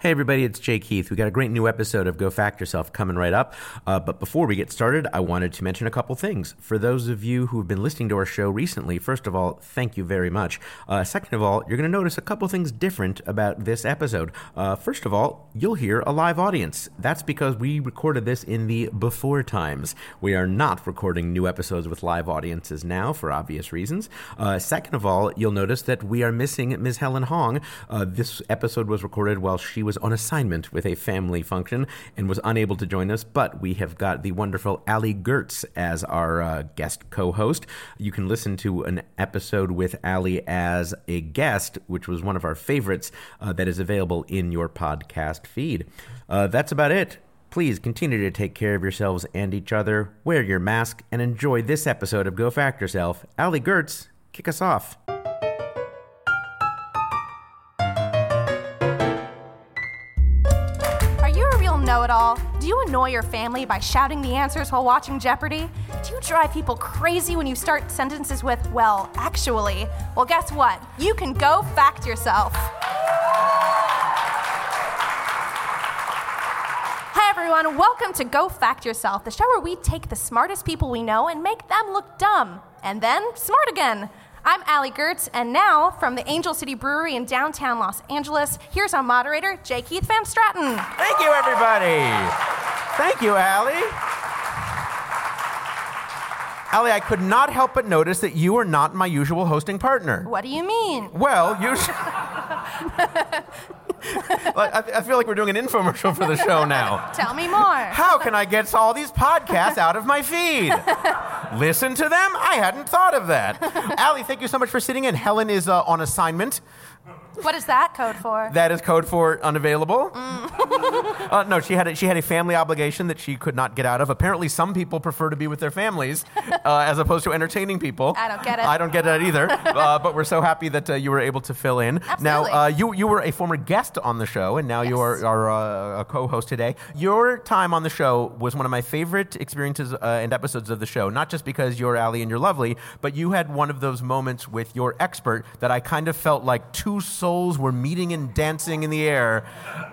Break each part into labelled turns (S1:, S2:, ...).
S1: Hey, everybody, it's Jake Heath. We got a great new episode of Go Fact Yourself coming right up. Uh, but before we get started, I wanted to mention a couple things. For those of you who have been listening to our show recently, first of all, thank you very much. Uh, second of all, you're going to notice a couple things different about this episode. Uh, first of all, you'll hear a live audience. That's because we recorded this in the before times. We are not recording new episodes with live audiences now for obvious reasons. Uh, second of all, you'll notice that we are missing Ms. Helen Hong. Uh, this episode was recorded while she was on assignment with a family function and was unable to join us, but we have got the wonderful Ali Gertz as our uh, guest co host. You can listen to an episode with Ali as a guest, which was one of our favorites uh, that is available in your podcast feed. Uh, that's about it. Please continue to take care of yourselves and each other, wear your mask, and enjoy this episode of Go Fact Yourself. Ali Gertz, kick us off.
S2: Are you a real know it all? Do you annoy your family by shouting the answers while watching Jeopardy? Do you drive people crazy when you start sentences with, well, actually? Well, guess what? You can go fact yourself. Hi, everyone. Welcome to Go Fact Yourself, the show where we take the smartest people we know and make them look dumb and then smart again. I'm Allie Gertz, and now from the Angel City Brewery in downtown Los Angeles, here's our moderator, Jake Heath Van Stratton.
S1: Thank you, everybody. Thank you, Allie. Allie, I could not help but notice that you are not my usual hosting partner.
S2: What do you mean?
S1: Well, you. Like, I I feel like we're doing an infomercial for the show now.
S2: Tell me more.
S1: How can I get all these podcasts out of my feed? Listen to them? I hadn't thought of that. Allie, thank you so much for sitting in. Helen is uh, on assignment.
S2: What is that code for?
S1: That is code for unavailable.
S2: Mm.
S1: uh, no, she had a, she had a family obligation that she could not get out of. Apparently, some people prefer to be with their families uh, as opposed to entertaining people.
S2: I don't get it.
S1: I don't get it either. uh, but we're so happy that uh, you were able to fill in. Now, uh,
S2: Absolutely.
S1: you you were a former guest on the show, and now you
S2: Yes.
S1: are, are uh, a co-host today. Your time on the show was one of my favorite experiences uh, and episodes of the show. Not just because you're Allie and you're lovely, but you had one of those moments with your expert that I kind of felt like two souls were meeting and dancing in the air,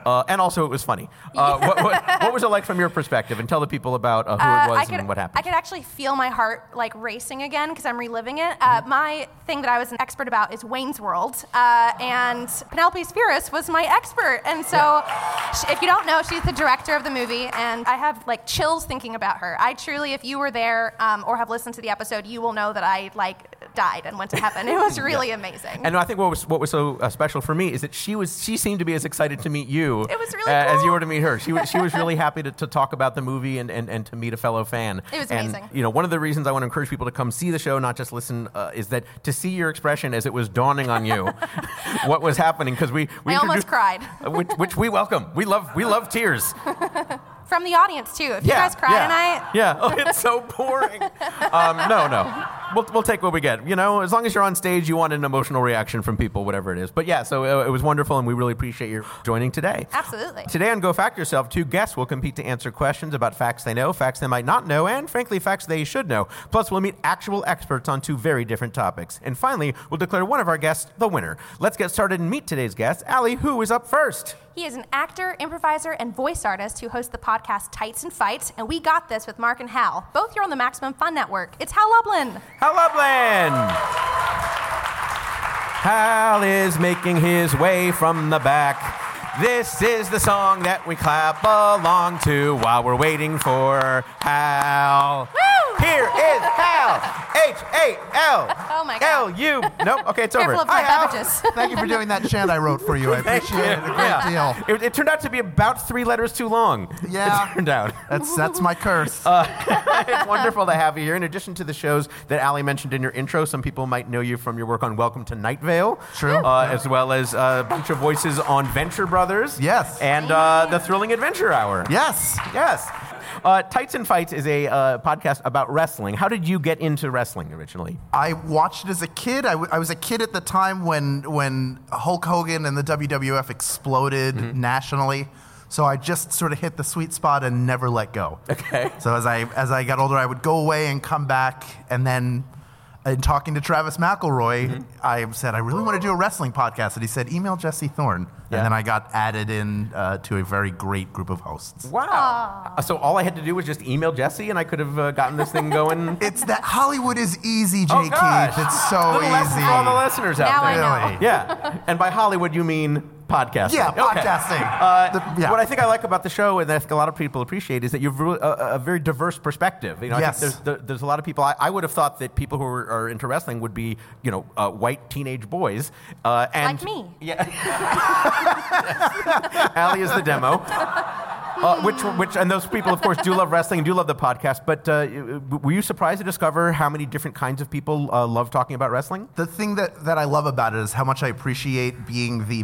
S1: uh, and also it was funny. Uh, what, what, what was it like from your perspective? And tell the people about uh, who
S2: Uh,
S1: it was
S2: I could,
S1: and what
S2: I
S1: happened.
S2: could actually feel my heart like racing again because I'm reliving it. Uh,
S1: Mm-hmm.
S2: My thing that I was an expert about is Wayne's World, uh, and Penelope Spheris was my expert. And so, sh if you don't know, she's the director of the movie, and I have like chills thinking about her. I truly, if you were there um, or have listened to the episode, you will know that I like died and went to heaven. It was really amazing.
S1: And I think what was what was so uh, special for me is that she was she seemed to be as excited to meet you
S2: It was really
S1: uh, as you
S2: cool.
S1: were to meet her. She was she was really happy to, to talk about the movie and, and, and to meet a fellow fan.
S2: It was
S1: and,
S2: amazing.
S1: You know, one of the reasons I want to encourage people to come see the show, not just listen, uh, is that to see your expression as it was dawning on you what was happening because we, we
S2: I almost
S1: introduced-
S2: cried.
S1: uh, which, which we welcome. We love we love tears.
S2: From the audience too. If you guys cried
S1: yeah,
S2: and I.
S1: Yeah. Oh, it's so boring. um, no, no. We'll, we'll take what we get. You know, as long as you're on stage, you want an emotional reaction from people, whatever it is. But yeah, so uh, it was wonderful, and we really appreciate your joining today.
S2: Absolutely.
S1: Today on Go Fact Yourself, two guests will compete to answer questions about facts they know, facts they might not know, and frankly, facts they should know. Plus, we'll meet actual experts on two very different topics. And finally, we'll declare one of our guests the winner. Let's get started and meet today's guest. Allie, who is up first?
S2: He is an actor, improviser, and voice artist who hosts the podcast Tights and Fights, and we got this with Mark and Hal. Both here on the Maximum Fun Network. It's Hal Lublin.
S1: Hello, Blaine. Hal is making his way from the back. This is the song that we clap along to while we're waiting for Hal.
S2: Woo!
S1: Here is Hal. H A L.
S2: Oh my
S1: L
S2: God.
S1: U. Nope. Okay, it's over.
S2: Careful of
S1: Hi,
S2: my
S1: Hal.
S2: beverages.
S3: Thank you for doing that chant I wrote for you. I
S1: Thank
S3: appreciate it a
S1: you.
S3: great
S1: Yeah.
S3: deal.
S1: It, it turned out to be about three letters too long.
S3: Yeah.
S1: It turned out.
S3: That's that's my curse.
S1: Uh, it's wonderful to have you here. In addition to the shows that Ali mentioned in your intro, some people might know you from your work on Welcome to Night Vale.
S3: True.
S1: Uh, as well as uh, a bunch of voices on Venture Brothers.
S3: Yes.
S1: And uh, The Thrilling Adventure Hour.
S3: yes.
S1: Yes. Uh, Tights and Fights is a uh, podcast about wrestling. How did you get into wrestling originally?
S3: I watched it as a kid. I, w- I was a kid at the time when when Hulk Hogan and the WWF exploded
S1: Mm-hmm.
S3: nationally. So I just sort of hit the sweet spot and never let go.
S1: Okay.
S3: So as I as I got older, I would go away and come back, and then in talking to Travis McElroy,
S1: Mm-hmm.
S3: I said, I really want to do a wrestling podcast. And he said, email Jesse Thorne.
S1: Yeah.
S3: And then I got added in uh, to a very great group of hosts.
S1: Wow. So all I had to do was just email Jesse, and I could have uh, gotten this thing going.
S3: It's that Hollywood is easy, J.
S1: Oh, gosh.
S3: Keith. It's so
S1: Little lesson
S3: easy.
S1: for all the listeners out
S2: Now
S1: there.
S2: I know.
S3: Really.
S1: Yeah. And by Hollywood, you mean podcasting.
S3: Yeah,
S1: Okay.
S3: podcasting.
S1: Uh,
S3: The- yeah.
S1: What I think I like about the show, and I think a lot of people appreciate, is that you've re- a, a very diverse perspective. You know, I think
S3: Yes.
S1: there's, there, there's a lot of people. I, I would have thought that people who are, are into wrestling would be, you know, uh, white teenage boys. Uh, and
S2: Like me.
S1: Yeah. Allie is the demo. Uh, which, which, and those people, of course, do love wrestling and do love the podcast. But uh, w- were you surprised to discover how many different kinds of people uh, love talking about wrestling?
S3: the thing that, that I love about it is how much I appreciate being the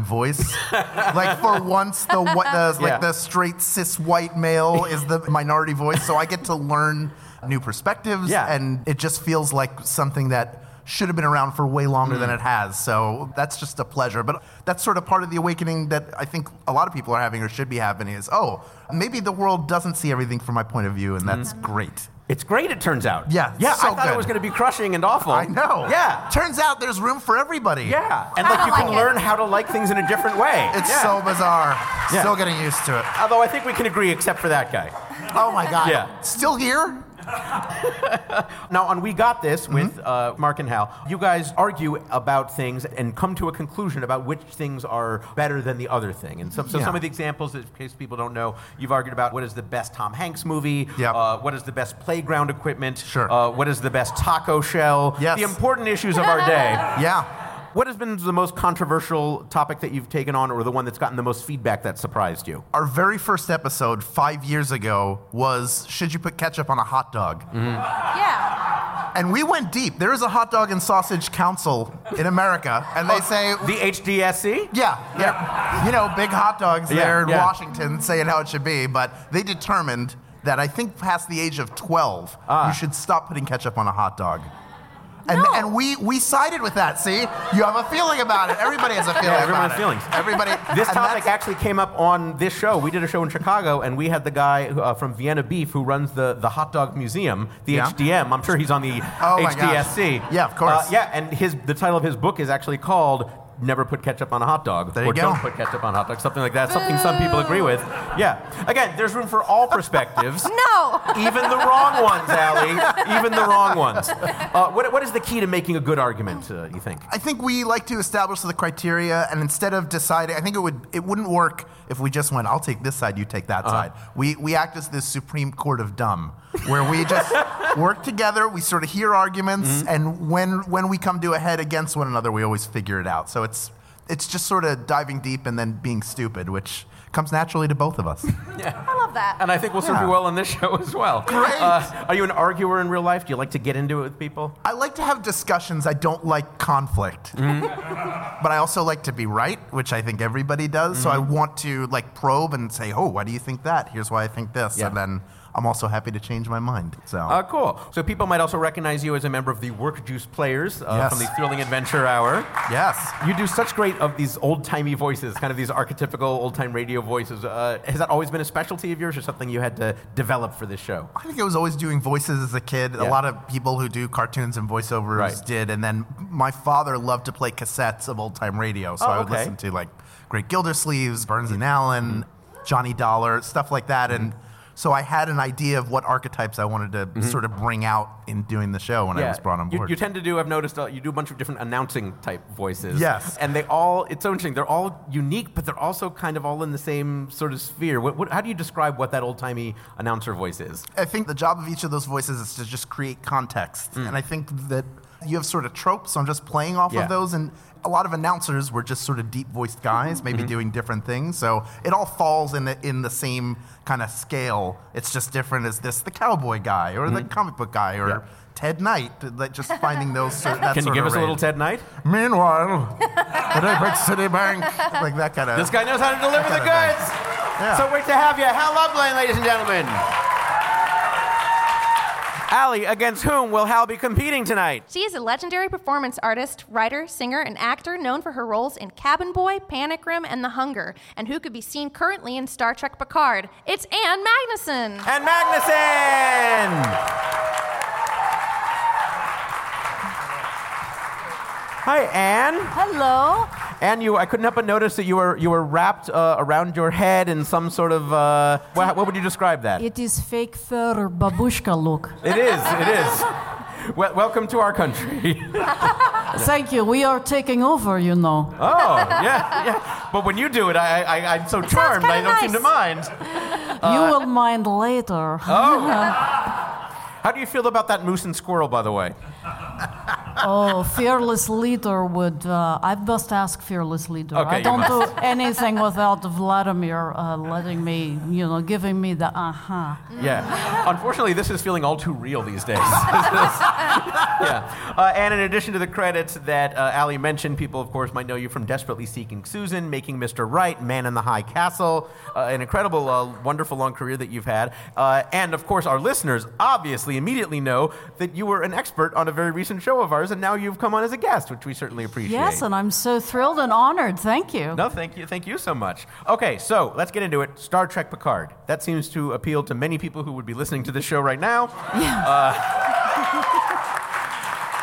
S3: voice. like for once, the what the
S1: Yeah.
S3: like the straight cis white male is the minority voice, so I get to learn new perspectives,
S1: Yeah.
S3: and it just feels like something that should have been around for way longer
S1: Mm.
S3: than it has. So that's just a pleasure. But that's sort of part of the awakening that I think a lot of people are having or should be having is oh, maybe the world doesn't see everything from my point of view, and
S1: Mm.
S3: that's great.
S1: It's great, it turns out.
S3: Yeah,
S1: Yeah, I
S3: so
S1: thought it
S3: good.
S1: was going to be crushing and awful.
S3: I know.
S1: Oh, Yeah.
S3: Turns out there's room for everybody.
S1: Yeah. And
S2: I
S1: like
S2: don't
S1: you can
S2: like it.
S1: learn how to like things in a different way.
S3: It's
S1: Yeah.
S3: so bizarre.
S1: Yeah.
S3: Still getting used to it.
S1: Although I think we can agree, except for that guy.
S3: Oh my god.
S1: Yeah.
S3: Still here?
S1: Now, on We Got
S3: Mm-hmm.
S1: This with uh, Mark and Hal, you guys argue about things and come to a conclusion about which things are better than the other thing. And so, so
S3: Yeah.
S1: some of the examples, in case people don't know, you've argued about what is the best Tom Hanks movie,
S3: Yep.
S1: uh, what is the best playground equipment,
S3: Sure.
S1: uh, what is the best taco shell,
S3: Yes.
S1: the important issues of our day.
S3: Yeah.
S1: What has been the most controversial topic that you've taken on, or the one that's gotten the most feedback that surprised you?
S3: Our very first episode 5 years ago was should you put ketchup on a hot dog?
S1: Mm-hmm.
S2: Yeah.
S3: And we went deep. There is a hot dog and sausage council in America and they say
S1: The HDSC?
S3: yeah, yeah, you know, big hot dogs
S1: Yeah,
S3: there in
S1: yeah.
S3: Washington saying how it should be, but they determined that I think past the age of 12,
S1: Ah.
S3: you should stop putting ketchup on a hot dog. And,
S2: No.
S3: and we, we sided with that, see? You have a feeling about it. Everybody has a feeling
S1: everyone
S3: about
S1: has
S3: it.
S1: feelings.
S3: Everybody.
S1: This
S3: and
S1: topic
S3: that's-
S1: actually came up on this show. We did a show in Chicago, and we had the guy uh, from Vienna Beef who runs the, the hot dog museum, the
S3: Yeah.
S1: HDM. I'm sure he's on the
S3: Oh my
S1: HDSC.
S3: gosh. Yeah, of course.
S1: Uh, yeah, and his the title of his book is actually called "Never Put Ketchup on a Hot Dog"
S3: There you
S1: or
S3: go.
S1: "Don't Put Ketchup on a Hot Dog," something like that. Something some people agree with. Yeah. Again, there's room for all perspectives.
S2: No.
S1: Even the wrong ones, Allie. Even the wrong ones. Uh, what, what is the key to making a good argument, uh, you think?
S3: I think we like to establish the criteria, and instead of deciding, I think it would it wouldn't work if we just went, "I'll take this side, you take that side." We we act as this Supreme Court of dumb, where we just work together. We sort of hear arguments, and when when we come to a head against one another, we always figure it out. So it's it's just sort of diving deep and then being stupid, which comes naturally to both of us.
S2: I love that.
S1: And I think we'll serve you
S3: Yeah.
S1: well on this show as well. Uh,
S3: Great.
S1: are you an arguer in real life? Do you like to get into it with people?
S3: I like to have discussions. I don't like conflict. but I also like to be right, which I think everybody does. So I want to like probe and say, "Oh, why do you think that? Here's why I think this."
S1: Yeah.
S3: And then I'm also happy to change my mind. So
S1: Uh, cool. So people might also recognize you as a member of the Work Juice Players uh,
S3: Yes.
S1: from the Thrilling Adventure Hour.
S3: yes.
S1: You do such great of these old timey voices, kind of these archetypical old time radio voices. Uh, has that always been a specialty of yours, or something you had to develop for this show?
S3: I think I was always doing voices as a kid.
S1: Yeah.
S3: A lot of people who do cartoons and voiceovers
S1: Right.
S3: did. And then my father loved to play cassettes of old time radio. So
S1: Oh,
S3: I would
S1: okay. Mm-hmm.
S3: listen to like Great Gildersleeves, Burns and Allen, Johnny Dollar, stuff like that. And so I had an idea of what archetypes I wanted to
S1: Mm-hmm.
S3: sort of bring out in doing the show when I was brought on
S1: You-
S3: board.
S1: You, tend to do. I've noticed uh, you do a bunch of different announcing type voices.
S3: Yes.
S1: and they all. It's so interesting. They're all unique, but they're also kind of all in the same sort of sphere. What, what, how do you describe what that old timey announcer voice is?
S3: I think the job of each of those voices is to just create context. And I think that you have sort of tropes, so I'm just playing off
S1: Mm. Yeah.
S3: of those. And a lot of announcers were just sort of deep voiced guys, maybe
S1: Mm-hmm.
S3: doing different things. So it all falls in the, in the same kind of scale. It's just different as this the cowboy guy or the comic book guy
S1: Mm-hmm.
S3: or
S1: Yeah.
S3: Ted Knight, that just finding those sort that
S1: Can you
S3: sort
S1: give
S3: of
S1: us a little
S3: range.
S1: Ted Knight?
S3: Meanwhile, at Apex City Bank, like that kind of.
S1: This guy knows how to deliver the
S3: kinda nice.
S1: goods.
S3: Uh, Yeah.
S1: So great to have you. Hal Loveland, ladies and gentlemen. Allie, against whom will Hal be competing tonight?
S2: She is a legendary performance artist, writer, singer, and actor known for her roles in Cabin Boy, Panic Room, and The Hunger, and who could be seen currently in Star Trek Picard. It's Anne Magnuson.
S1: And Magnuson! Hi, Anne.
S4: Hello.
S1: Anne, you. I couldn't help but notice that you were you were wrapped uh, around your head in some sort of. Uh, wha- what would you describe that?
S4: It is fake fur babushka look.
S1: It is. It is. Wel- welcome to our country.
S4: Thank you. We are taking over, you know.
S1: Oh, yeah, yeah. But when you do it, I, I, I'm so charmed. I
S2: kinda
S1: don't seem to mind.
S4: you will mind later.
S1: How do you feel about that moose and squirrel, by the way? Uh-uh.
S4: Oh, fearless leader would. Uh, I must ask fearless leader.
S1: Okay,
S4: I
S1: you
S4: don't do anything without Vladimir uh, letting me, you know, giving me the uh-huh. aha.
S1: Yeah. Unfortunately, this is feeling all too real these days. This is- yeah. Uh, and in addition to the credits that uh, Ali mentioned, people, of course, might know you from Desperately Seeking Susan, Making Mr. Right, Man in the High Castle, uh, an incredible, uh, wonderful long career that you've had. Uh, and, of course, our listeners obviously immediately know that you were an expert on a very recent show of ours, and now you've come on as a guest, which we certainly appreciate.
S4: Yes, and I'm so thrilled and honored. Thank you.
S1: No, thank you. Thank you so much. Okay, so let's get into it. Star Trek Picard. That seems to appeal to many people who would be listening to this show right now. Uh,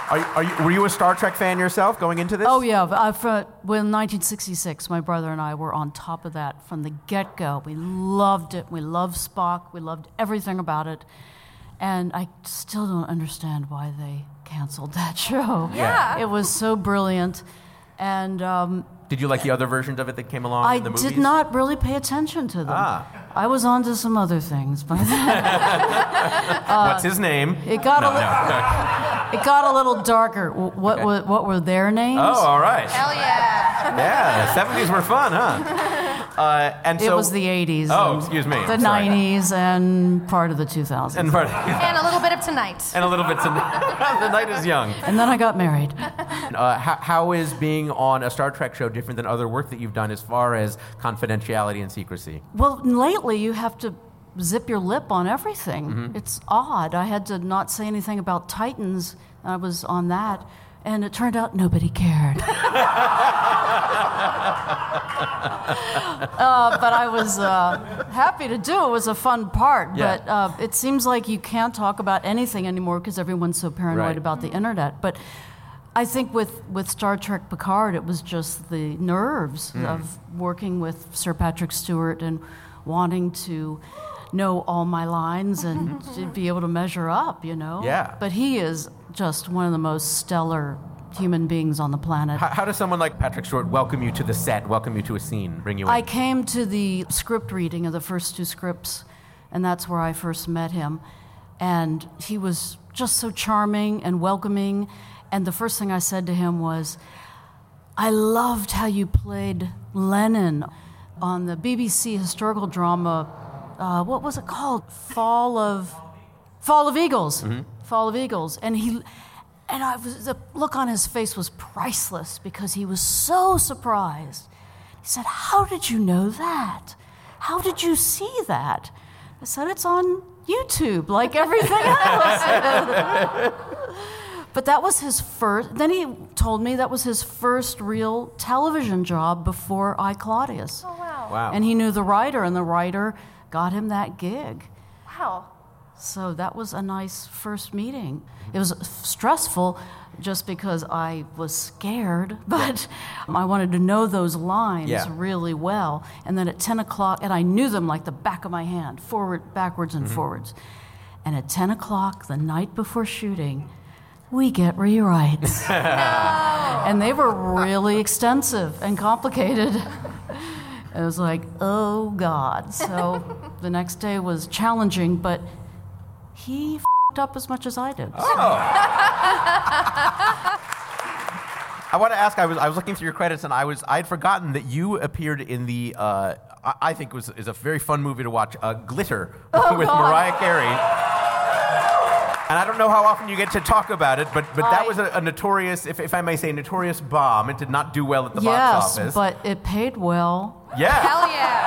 S1: are, are you, were you a Star Trek fan yourself going into this?
S4: Oh yeah, but, uh, for, well, 1966, my brother and I were on top of that from the get-go. We loved it. We loved Spock. We loved everything about it, and I still don't understand why they canceled that show.
S2: Yeah.
S4: it was so brilliant, and um,
S1: Did you like the other versions of it that came along
S4: I
S1: in the movies?
S4: did not really pay attention to them.
S1: Ah.
S4: I was on to some other things, but
S1: What's his name?
S4: it got a li- it got a little darker. W- What
S1: Okay.
S4: were, what were their names?
S1: Oh, all right.
S2: Hell yeah.
S1: Yeah, the 70s were fun, huh? Uh, and
S4: It
S1: so
S4: was the 80s.
S1: Oh,
S4: and
S1: excuse me.
S4: The
S1: I'm sorry.
S4: 90s and part of the 2000s.
S1: and,
S4: And,
S2: And a little bit of tonight.
S1: and a little bit. To, the night is young.
S4: then I got married.
S1: Uh, how, how is being on a Star Trek show different than other work that you've done as far as confidentiality and secrecy?
S4: Well, lately you have to zip your lip on everything.
S1: Mm-hmm.
S4: It's odd. I had to not say anything about Titans. I was on that. And it turned out nobody cared. uh, but I was uh, happy to do it. It was a fun part.
S1: Yeah.
S4: But uh, it seems like you can't talk about anything anymore because everyone's so paranoid
S1: Right.
S4: about the internet. But I think with, with Star Trek Picard, it was just the nerves
S1: Hmm.
S4: of working with Sir Patrick Stewart and wanting to know all my lines and to be able to measure up, you know?
S1: Yeah.
S4: But he is just one of the most stellar human beings on the planet.
S1: How, how does someone like Patrick Stewart welcome you to the set, welcome you to a scene, bring you in?
S4: I came to the script reading of the first two scripts, and that's where I first met him. And he was just so charming and welcoming. And the first thing I said to him was, I loved how you played Lenin on the BBC historical drama. Uh, what was it called? Fall of Fall of Eagles. Fall of Eagles. And he and I was the look on his face was priceless because he was so surprised. He said, "How did you know that? How did you see that?" I said, "It's on YouTube, like everything else." But that was his first. Then he told me that was his first real television job before I Claudius,
S2: Oh, wow.
S1: wow.
S4: and he knew the writer, and the writer got him that gig.
S2: Wow.
S4: So that was a nice first meeting. It was stressful just because I was scared, but I wanted to know those lines
S1: Yeah.
S4: really well. And then at 10 o'clock, and I knew them like the back of my hand forward, backwards, and forwards. And at 10 o'clock, the night before shooting, we get rewrites. And they were really extensive and complicated. It was like, oh God. So the next day was challenging, but he fed up as much as I did.
S1: Ah, I want to ask. I was I was looking through your credits, and I was I had forgotten that you appeared in the uh, I, I think was is a very fun movie to watch, uh, Glitter, with
S4: Oh, God.
S1: Mariah Carey. And I don't know how often you get to talk about it, but but that
S4: I-
S1: was a, a notorious, if, if I may say, notorious bomb. It did not do well at the box
S4: yes,
S1: office.
S4: but it paid well.
S1: yeah,
S2: Hell yeah.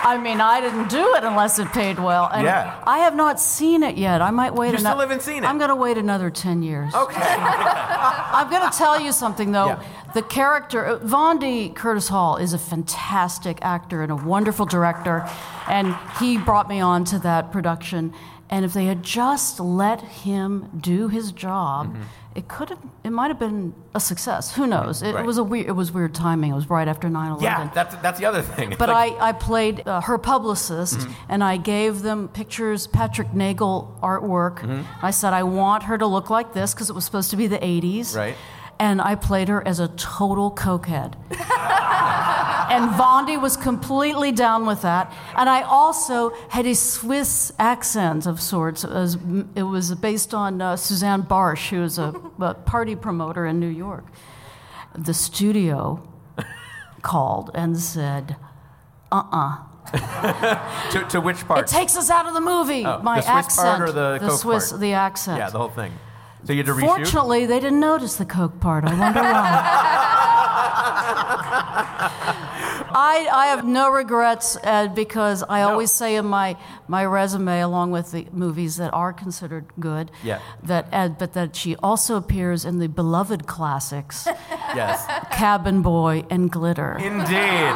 S4: I mean, I didn't do it unless it paid well. And
S1: Yeah.
S4: I have not seen it yet. I might wait.
S1: You still
S4: ano-
S1: haven't seen it?
S4: I'm going to wait another 10 years.
S1: okay.
S4: I'm going to tell you something though.
S1: Yeah.
S4: The character uh, Vondi Curtis Hall is a fantastic actor and a wonderful director, and he brought me on to that production. And if they had just let him do his job,
S1: Mm-hmm.
S4: it could have, it might have been a success. Who knows? It,
S1: Right.
S4: was a weird, it was weird timing. It was right after 9/11.
S1: Yeah, that's that's the other thing.
S4: But I, I played uh, her publicist, and I gave them pictures, Patrick Nagel artwork. I said, I want her to look like this because it was supposed to be the 80s.
S1: Right.
S4: And I played her as a total cokehead. and Vondi was completely down with that. And I also had a Swiss accent of sorts. It was, it was based on uh, Suzanne Barsh, who was a, a party promoter in New York. The studio called and said,
S1: to, to which part?
S4: It takes us out of the movie. My
S1: Oh, the Swiss
S4: accent.
S1: part or the Coke
S4: Swiss,
S1: part?
S4: the accent.
S1: yeah, the whole thing. So you had to reshoot.
S4: Fortunately, they didn't notice the Coke part. I wonder why. I, I have no regrets uh, because I always say in my, my resume, along with the movies that are considered good,
S1: Yeah.
S4: that uh, but that she also appears in the beloved classics,
S1: Yes,
S4: Cabin Boy and Glitter.
S1: indeed.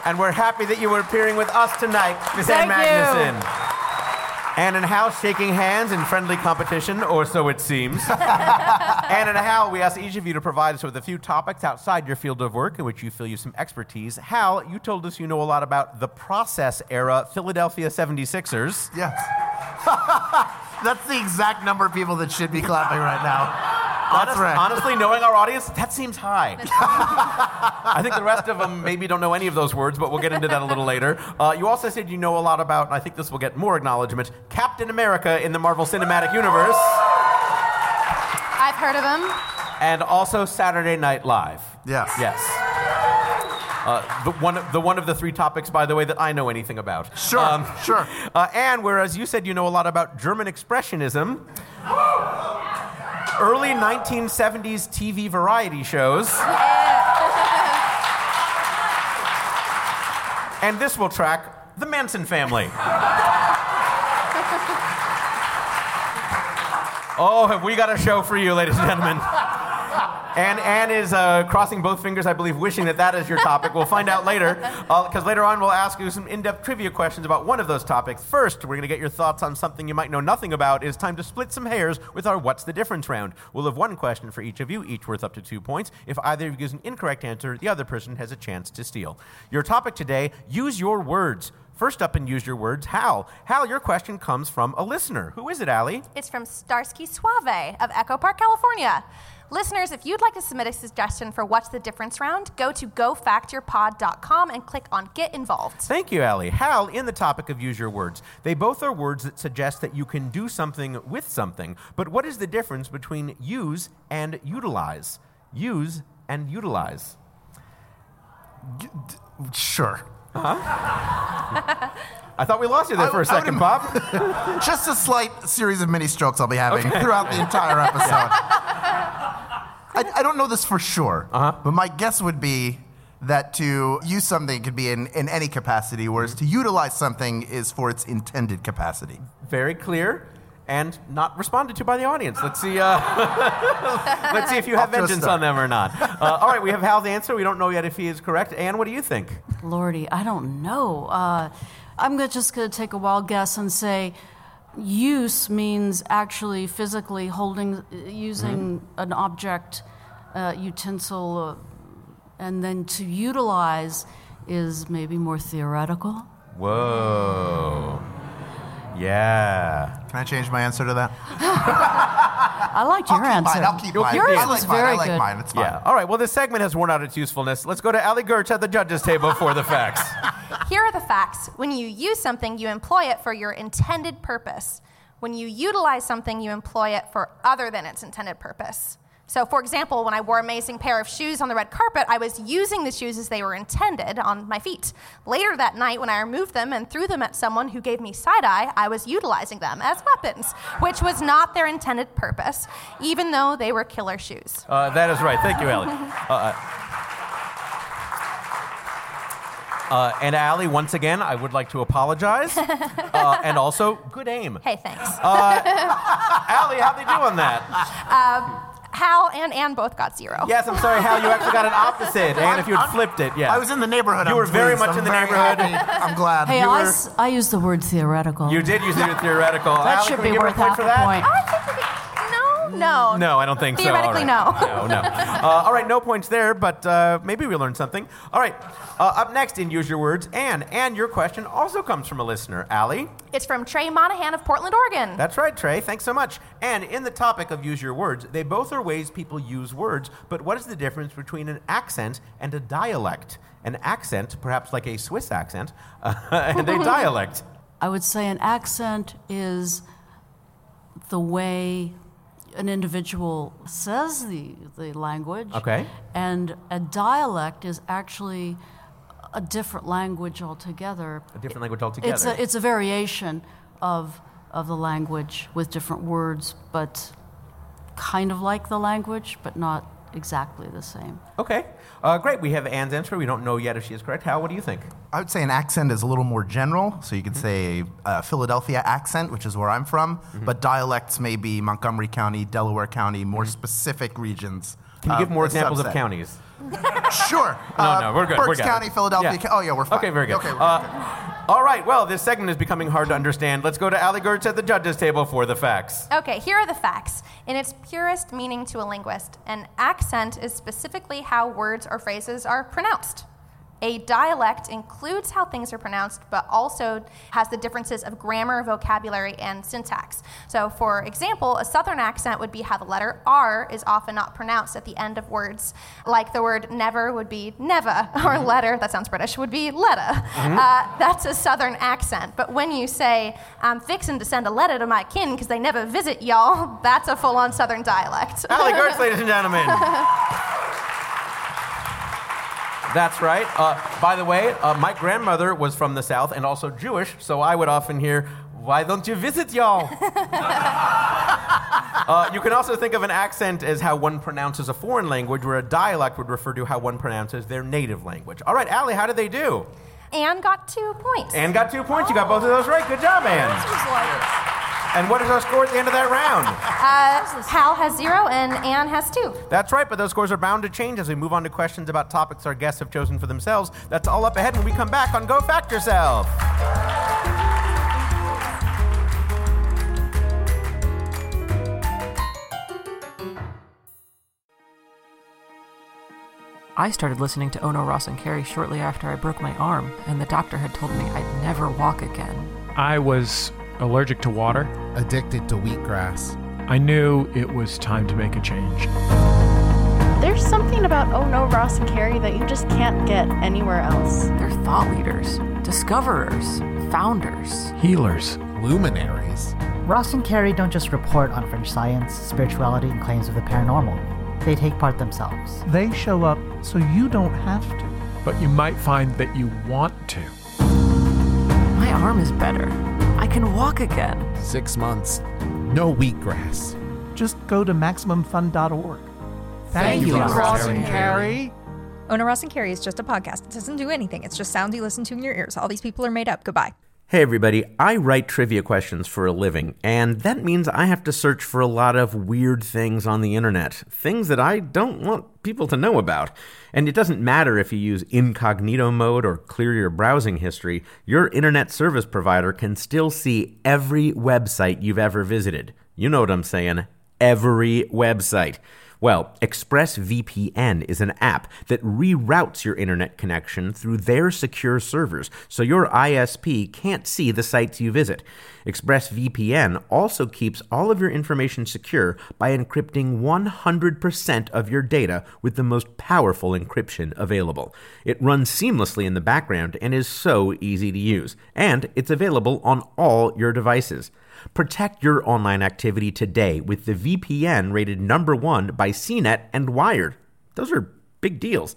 S1: and we're happy that you were appearing with us tonight, Miss Ann
S4: Thank you.
S1: Magnuson. Anne and Hal shaking hands in friendly competition, or so it seems. Anne and Hal, we asked each of you to provide us with a few topics outside your field of work in which you feel you have some expertise. Hal, you told us you know a lot about the process era Philadelphia 76ers.
S3: Yes. That's the exact number of people that should be clapping right now. That's
S1: Honest-
S3: right.
S1: Honestly, knowing our audience, that seems high. I think the rest of them maybe don't know any of those words, but we'll get into that a little later. Uh, you also said you know a lot about, and I think this will get more acknowledgement, Captain America in the Marvel Cinematic Universe,
S2: I've heard of him.
S1: and also Saturday Night Live.
S3: Yes.
S1: Yes. Uh, the, one, the one of the three topics, by the way, that I know anything about.
S3: Sure, sure.
S1: Uh, and whereas you said you know a lot about German Expressionism, early 1970s TV variety shows. and this will track the Manson family. oh, have we got a show for you, ladies and gentlemen? And Anne is uh, crossing both fingers, I believe, wishing that that is your topic. We'll find out later, because later on we'll ask you some in-depth trivia questions about one of those topics. First, we're going to get your thoughts on something you might know nothing about. It's time to split some hairs with our "What's the Difference" round. We'll have one question for each of you, each worth up to two points. If either of you gives an incorrect answer, the other person has a chance to steal. Your topic today: use your words. First up, and use your words. Hal, Hal, your question comes from a listener. Who is it, Allie?
S2: It's from Starsky Suave of Echo Park, California. Listeners, if you'd like to submit a suggestion for What's the Difference round, go to gofactorpod.com and click on Get Involved.
S1: Thank you, Allie. Hal, in the topic of use your words, they both are words that suggest that you can do something with something, but what is the difference between use and utilize? Use and utilize.
S3: Sure.
S1: I thought we lost you there
S3: I-
S1: for a
S3: I would
S1: second,
S3: im-
S1: Bob.
S3: Just a slight series of mini strokes I'll be having throughout the entire episode. I, I don't know this for sure,
S1: Uh-huh.
S3: but my guess would be that to use something could be in, in any capacity, whereas to utilize something is for its intended capacity.
S1: Very clear and not responded to by the audience. Let's see. Uh, let's see if you have
S3: Off to a
S1: vengeance
S3: start.
S1: on them or not. Uh, all right, we have Hal's answer. We don't know yet if he is correct. Anne, what do you think?
S4: Lordy, I don't know. Uh, I'm go- just going to take a wild guess and say use means actually physically holding, using
S3: Mm-hmm.
S4: an object, uh, utensil, uh, and then to utilize is maybe more theoretical.
S1: Whoa. Yeah.
S3: Can I change my answer to that?
S4: I liked
S3: I'll
S4: your
S3: keep
S4: answer.
S3: mine. I'll keep mine.
S4: Yours
S3: I like
S4: was
S3: mine.
S4: very
S3: I like
S4: good.
S3: mine. It's fine.
S1: Yeah. All right. Well, this segment has worn out its usefulness. Let's go to Ali Gertz at the judges' table for the facts.
S2: Here are the facts. When you use something, you employ it for your intended purpose. When you utilize something, you employ it for other than its intended purpose. So, for example, when I wore an amazing pair of shoes on the red carpet, I was using the shoes as they were intended on my feet. Later that night, when I removed them and threw them at someone who gave me side eye, I was utilizing them as weapons, which was not their intended purpose, even though they were killer shoes.
S1: Uh, that is right. Thank you, Ali. Uh, uh, and Ali, once again, I would like to apologize. Uh, and also, good aim.
S2: Hey, thanks.
S1: Ali, how'd they do on that?
S2: Hal and Anne both got zero.
S1: Yes, I'm sorry, Hal. You actually got an opposite, and if you had
S3: I'm-
S1: flipped it, yeah.
S3: I was in the neighborhood.
S1: You
S3: I'm
S1: were very
S3: pleased.
S1: much
S3: I'm
S1: in the
S3: very
S1: neighborhood.
S3: happy. I'm glad.
S4: Hey,
S3: You
S4: I,
S3: were-
S4: s- I used the word theoretical.
S1: You did use the theoretical.
S4: that
S1: Allie,
S4: should
S1: can
S4: be
S1: we give her
S4: worth
S1: a point
S4: half
S1: for
S4: a
S1: that?
S4: point.
S2: I think we could- no, no.
S1: No, I don't think
S2: Theoretically,
S1: so. All right.
S2: no.
S1: no, no. Uh, all right, no points there, but uh, maybe we learned something. All right, uh, up next in Use Your Words, Anne. And your question also comes from a listener, Allie.
S2: It's from Trey Monahan of Portland, Oregon.
S1: That's right, Trey. Thanks so much. And in the topic of Use Your Words, they both are ways people use words, but what is the difference between an accent and a dialect? An accent, perhaps like a Swiss accent, uh, and a dialect.
S4: I would say an accent is the way an individual says the, the language.
S1: Okay.
S4: And a dialect is actually a different language altogether.
S1: A different language altogether.
S4: It's a, it's a variation of, of the language with different words, but kind of like the language, but not exactly the same.
S1: okay, uh, great. We have Anne's answer. We don't know yet if she is correct. Hal, what do you think?
S3: I would say an accent is a little more general, so you could
S1: Mm-hmm.
S3: say uh, Philadelphia accent, which is where I'm from, but dialects may be Montgomery County, Delaware County, more specific regions.
S1: Mm-hmm. Can you give
S3: of
S1: more
S3: Uh, a
S1: examples of
S3: subset.
S1: counties?
S3: Sure. Uh,
S1: No, no, we're good.
S3: Berks
S1: we're good.
S3: County, Philadelphia. Ca- Oh, yeah, we're fine.
S1: Okay, very good.
S3: Okay, we're
S1: Uh, all right, well, this segment is becoming hard to understand. Let's go to Ali Gertz at the judges' table for the facts.
S2: Okay, here are the facts. In its purest meaning to a linguist, an accent is specifically how words or phrases are pronounced. A dialect includes how things are pronounced, but also has the differences of grammar, vocabulary, and syntax. So, for example, a southern accent would be how the letter R is often not pronounced at the end of words. Like the word never would be neva, or letter, that sounds British, would be letta. Uh, that's a southern accent. But when you say, I'm fixing to send a letter to my kin because they never visit y'all, that's a full on southern dialect.
S1: Ali Gertz, ladies and gentlemen. That's right. Uh, by the way, uh, my grandmother was from the South and also Jewish, so I would often hear, Why don't you visit y'all? Uh, you can also think of an accent as how one pronounces a foreign language, where a dialect would refer to how one pronounces their native language. All right, Ali, how did they do?
S2: Anne got two points.
S1: Anne got two points. You got both of those right. Good job, Anne. And what is our score at the end of that round?
S2: Uh, Hal has zero and Anne has two.
S1: That's right, but those scores are bound to change as we move on to questions about topics our guests have chosen for themselves. That's all up ahead when we come back on Go Fact Yourself.
S5: I started listening to Ono Ross and Carrie shortly after I broke my arm, and the doctor had told me I'd never walk again.
S6: I was allergic to water.
S7: Addicted to wheatgrass.
S6: I knew it was time to make a change.
S8: There's something about Oh No Ross and Carrie that you just can't get anywhere else.
S5: They're thought leaders, discoverers, founders.
S6: Healers.
S7: Luminaries.
S9: Ross and Carrie don't just report on French science, spirituality, and claims of the paranormal. They take part themselves.
S10: They show up so you don't have to.
S6: But you might find that you want to.
S5: My arm is better. I can walk again.
S7: Six months. No wheatgrass.
S10: Just go to MaximumFun.org.
S5: Thank you, Ross
S7: and
S10: Carrie.
S11: Ona Ross and Carrie is just a podcast. It doesn't do anything. It's just sounds you listen to in your ears. All these people are made up. Goodbye.
S12: Hey, everybody. I write trivia questions for a living, and that means I have to search for a lot of weird things on the internet, things that I don't want people to know about. And it doesn't matter if you use incognito mode or clear your browsing history, your internet service provider can still see every website you've ever visited. You know what I'm saying? Every website. Well, ExpressVPN is an app that reroutes your internet connection through their secure servers so your ISP can't see the sites you visit. ExpressVPN also keeps all of your information secure by encrypting 100% of your data with the most powerful encryption available. It runs seamlessly in the background and is so easy to use, and it's available on all your devices. Protect your online activity today with the VPN rated number one by CNET and Wired. Those are big deals.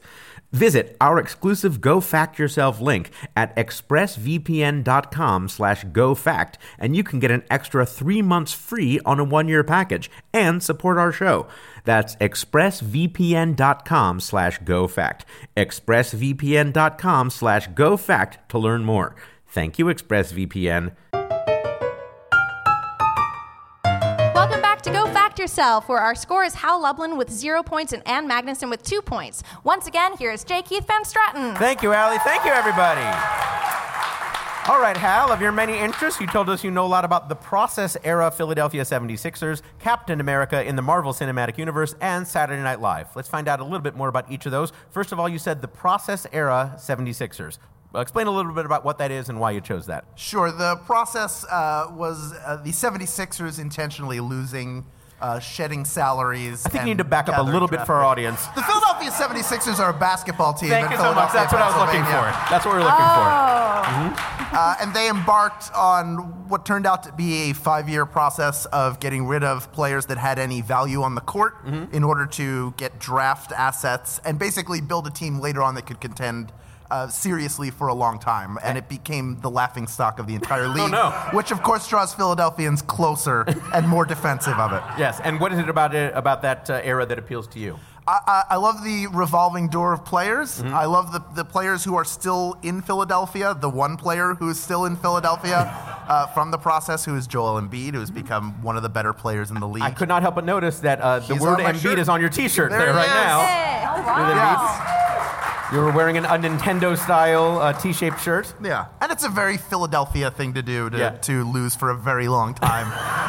S12: Visit our exclusive Go Fact Yourself link at expressvpn.com slash gofact, and you can get an extra three months free on a one-year package and support our show. That's expressvpn.com slash gofact. expressvpn.com slash gofact to learn more. Thank you, ExpressVPN.
S2: Welcome back to Go Fact yourself, where our score is Hal Lublin with zero points and Ann Magnuson with two points. Once again, here is J. Keith Van Stratton.
S1: Thank you, Allie. Thank you, everybody. All right, Hal, of your many interests, you told us you know a lot about the process era Philadelphia 76ers, Captain America in the Marvel Cinematic Universe, and Saturday Night Live. Let's find out a little bit more about each of those. First of all, you said the process era 76ers. Uh, Explain a little bit about what that is and why you chose that.
S3: Sure. The process uh, was uh, the 76ers intentionally losing, uh, shedding salaries. I
S1: think you need to back up a little bit for our audience.
S3: The Philadelphia 76ers are a basketball team.
S1: Thank
S3: in
S1: you so much.
S3: Philadelphia,
S1: That's what I was looking
S3: Pennsylvania.
S1: for. That's what we're looking
S3: Uh, and they embarked on what turned out to be a five year process of getting rid of players that had any value on the court in order to get draft assets and basically build a team later on that could contend. Uh, seriously for a long time, and it became the laughing stock of the entire league,
S1: no.
S3: which of course draws Philadelphians closer and more defensive of it.
S1: for. Yes, and what is it about it, about that uh, era that appeals to you?
S3: I, I I love the revolving door of players.
S1: Mm-hmm.
S3: I love the, the players who are still in Philadelphia. The one player who is still in Philadelphia uh, from the process, who is Joel Embiid, who's become one of the better players in the league.
S1: Mm-hmm. I could not help but notice that uh, the
S3: He's
S1: word
S3: on my
S1: Embiid
S3: shirt.
S1: is on your T-shirt there,
S3: There he
S1: right
S3: is.
S1: now.
S3: Hey.
S2: Oh,
S1: With
S2: wow.
S1: Embiid. You were wearing an, a Nintendo-style uh, T-shaped shirt.
S3: Yeah, and it's a very Philadelphia thing to do to,
S1: Yeah.
S3: to lose for a very long time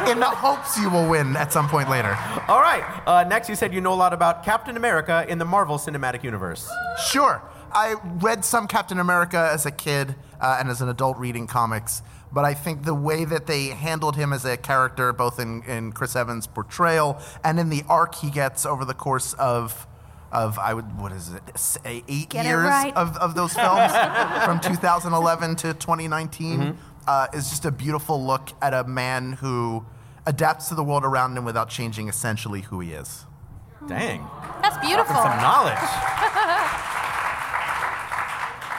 S3: in the hopes you will win at some point later.
S1: All right. Uh, next, you said you know a lot about Captain America in the Marvel Cinematic Universe.
S3: Sure. I read some Captain America as a kid uh, and as an adult reading comics, but I think the way that they handled him as a character, both in, in Chris Evans' portrayal and in the arc he gets over the course of. Of I would what is it s- eh, eight
S2: Get it
S3: years
S2: right.
S3: of, of those films from 2011 to 2019 uh, is just a beautiful look at a man who adapts to the world around him without changing essentially who he is.
S1: Dang.
S2: That's beautiful.
S1: Some knowledge.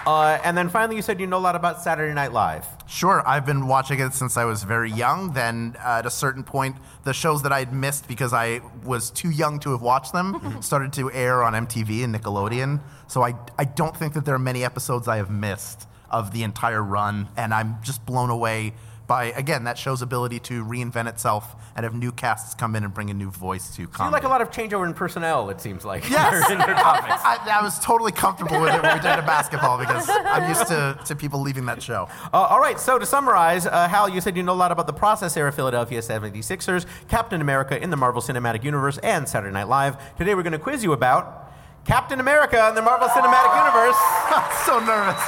S1: Uh, and then finally, you said you know a lot about Saturday Night Live.
S3: Sure, I've been watching it since I was very young. Then uh, at a certain point, the shows that I'd missed because I was too young to have watched them started to air on MTV and Nickelodeon. So I, I don't think that there are many episodes I have missed of the entire run. And I'm just blown away by, again, that show's ability to reinvent itself and have new casts come in and bring a new voice to
S1: So you
S3: comedy.
S1: like a lot of changeover in personnel, it seems like.
S3: Yes.
S1: in your topics.
S3: I, I was totally comfortable with it when we did it at basketball because I'm used to, to people leaving that show.
S1: Uh, all right, so to summarize, uh, Hal, you said you know a lot about the process era Philadelphia 76ers, Captain America in the Marvel Cinematic Universe, and Saturday Night Live. Today we're going to quiz you about Captain America in the Marvel Cinematic Universe.
S3: so nervous.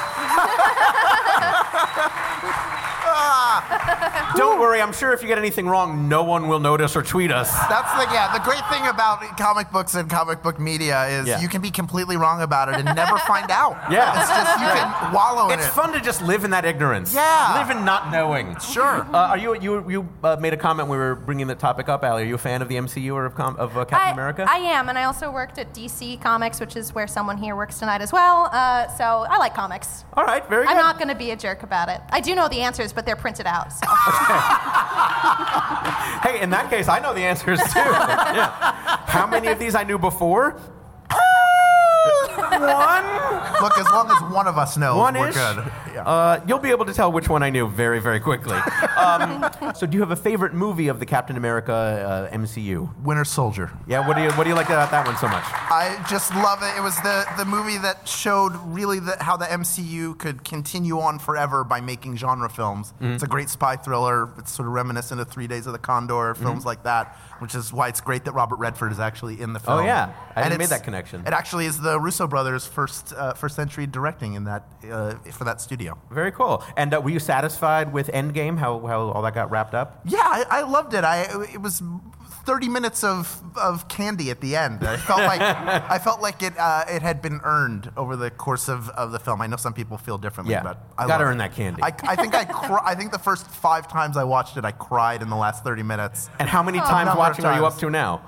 S1: Don't worry, I'm sure if you get anything wrong, no one will notice or tweet us.
S3: That's the yeah. The great thing about comic books and comic book media is
S1: Yeah.
S3: you can be completely wrong about it and never find out.
S1: Yeah.
S3: it's just you can wallow in
S1: It's
S3: it.
S1: fun to just live in that ignorance.
S3: Yeah.
S1: Live in not knowing.
S3: Sure.
S1: Uh, are you you you uh, made a comment when we were bringing the topic up, Allie? Are you a fan of the MCU or of, com- of uh, Captain
S2: I,
S1: America?
S2: I am, and I also worked at DC Comics, which is where someone here works tonight as well. Uh, so I like comics.
S1: All right, very
S2: I'm
S1: good.
S2: not going to be a jerk about it. I do know the answers, but they're printed out. So.
S1: Hey, in that case, I know the answers too. Yeah. How many of these I knew before? Uh, one.
S3: Look, as long as one of us knows,
S1: One
S3: we're
S1: ish.
S3: good. Yeah.
S1: Uh, you'll be able to tell which one I knew very, very quickly. Um, so, do you have a favorite movie of the Captain America uh, MCU?
S3: Winter Soldier.
S1: Yeah. What do you What do you like about that one so much?
S3: I just love it. It was the, the movie that showed really the, how the MCU could continue on forever by making genre films.
S1: Mm-hmm.
S3: It's a great spy thriller. It's sort of reminiscent of Three Days of the Condor,
S1: Mm-hmm.
S3: films like that, which is why it's great that Robert Redford is actually in the
S1: Oh,
S3: film.
S1: yeah. I
S3: And
S1: made
S3: it's-
S1: that connection.
S3: It actually is the Russo brothers' first uh, first entry directing in that uh, for that studio.
S1: Very cool. And uh, were you satisfied with Endgame? How How all that got wrapped up?
S3: Yeah, I, I loved it. I it was 30 minutes of, of candy at the end. I felt like I felt like it uh, it had been earned over the course of, of the film. I know some people feel differently,
S1: Yeah.
S3: but I
S1: Gotta
S3: love
S1: earn
S3: it.
S1: that candy.
S3: I, I think I cr- I think the first five times I watched it, I cried in the last 30 minutes.
S1: And how many
S3: Oh.
S1: times
S3: Number of
S1: watching are you up
S3: times.
S1: to now?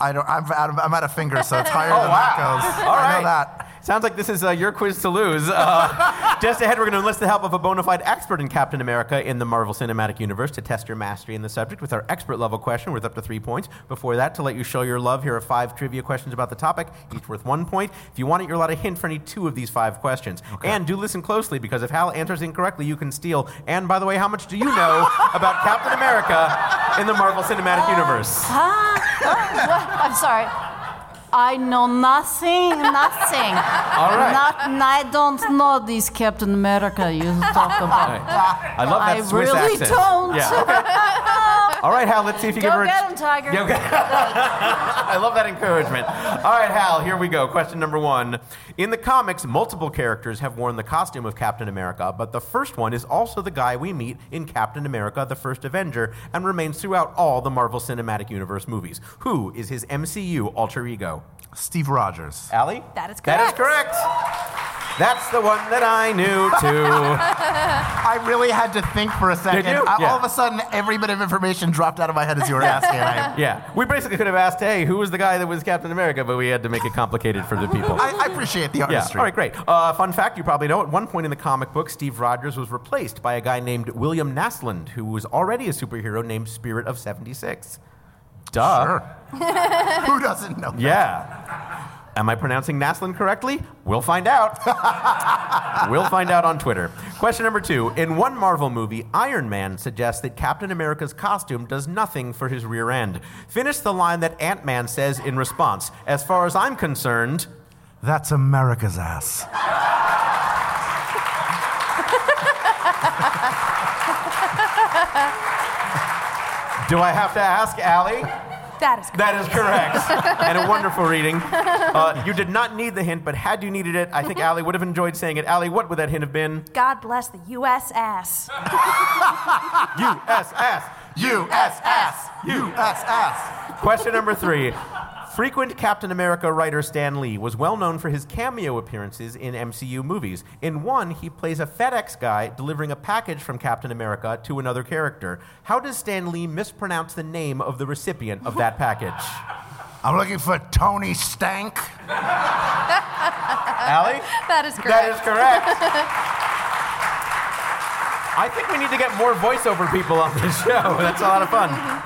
S3: I don't. I'm out of, I'm out of fingers, so it's higher
S1: Oh,
S3: than
S1: wow.
S3: that goes.
S1: All
S3: I
S1: right.
S3: know that.
S1: Sounds like this is uh, your quiz to lose. Uh, Just ahead, we're going to enlist the help of a bona fide expert in Captain America in the Marvel Cinematic Universe to test your mastery in the subject with our expert level question worth up to three points. Before that, to let you show your love, here are five trivia questions about the topic, each worth one point. If you want it, you're allowed a hint for any two of these five questions. And do listen closely because if Hal answers incorrectly, you can steal. And by the way, how much do you know about Captain America in the Marvel Cinematic Universe?
S4: Huh? Oh, what? I'm sorry. I know nothing, nothing.
S1: All right.
S4: Not- I don't know this Captain America you talk about.
S1: I love that
S4: I
S1: Swiss
S4: really
S1: accent.
S4: don't.
S1: Yeah, okay. All right, Hal, let's see if you give
S4: Go
S1: her a
S4: get him, Tiger.
S1: Yeah, okay. I love that encouragement. All right, Hal, here we go. Question number one. In the comics, multiple characters have worn the costume of Captain America, but the first one is also the guy we meet in Captain America, the First Avenger, and remains throughout all the Marvel Cinematic Universe movies. Who is his MCU alter ego?
S3: Steve Rogers.
S1: Allie?
S2: That is
S1: That is
S2: correct.
S1: correct. That's the one that I knew too.
S3: I really had to think for a second.
S1: you?
S3: I-
S1: Yeah.
S3: All of a sudden, every bit of information dropped out of my head as you were asking. I,
S1: Yeah, we basically could have asked, hey, who was the guy that was Captain America, but we had to make it complicated for the people.
S3: I, I appreciate the
S1: Yeah.
S3: artistry.
S1: All right, great. Uh, fun fact you probably know at one point in the comic book, Steve Rogers was replaced by a guy named William Nasland, who was already a superhero named Spirit of 76.
S3: Ah.
S1: Duh.
S3: Who doesn't know?
S1: Yeah. Am I pronouncing Naslin correctly? We'll find out. we'll find out on Twitter. Question number two. In one Marvel movie, Iron Man suggests that Captain America's costume does nothing for his rear end. Finish the line that Ant Man says in response. As far as I'm concerned,
S3: That's America's ass.
S1: do I have to ask Allie?
S2: That is correct.
S1: That is correct. and a wonderful reading. Uh, you did not need the hint, but had you needed it, I think Allie would have enjoyed saying it. Allie, what would that hint have been?
S2: God bless the U.S. ass.
S1: USS.
S3: USS. USS.
S1: Question number three. Frequent Captain America writer Stan Lee was well known for his cameo appearances in MCU movies. In one, he plays a FedEx guy delivering a package from Captain America to another character. How does Stan Lee mispronounce the name of the recipient of that package?
S2: Uh,
S3: I'm looking for Tony Stank.
S1: Allie?
S2: That is correct.
S1: That is correct. I think we need to get more voiceover people on this show. That's a lot of fun.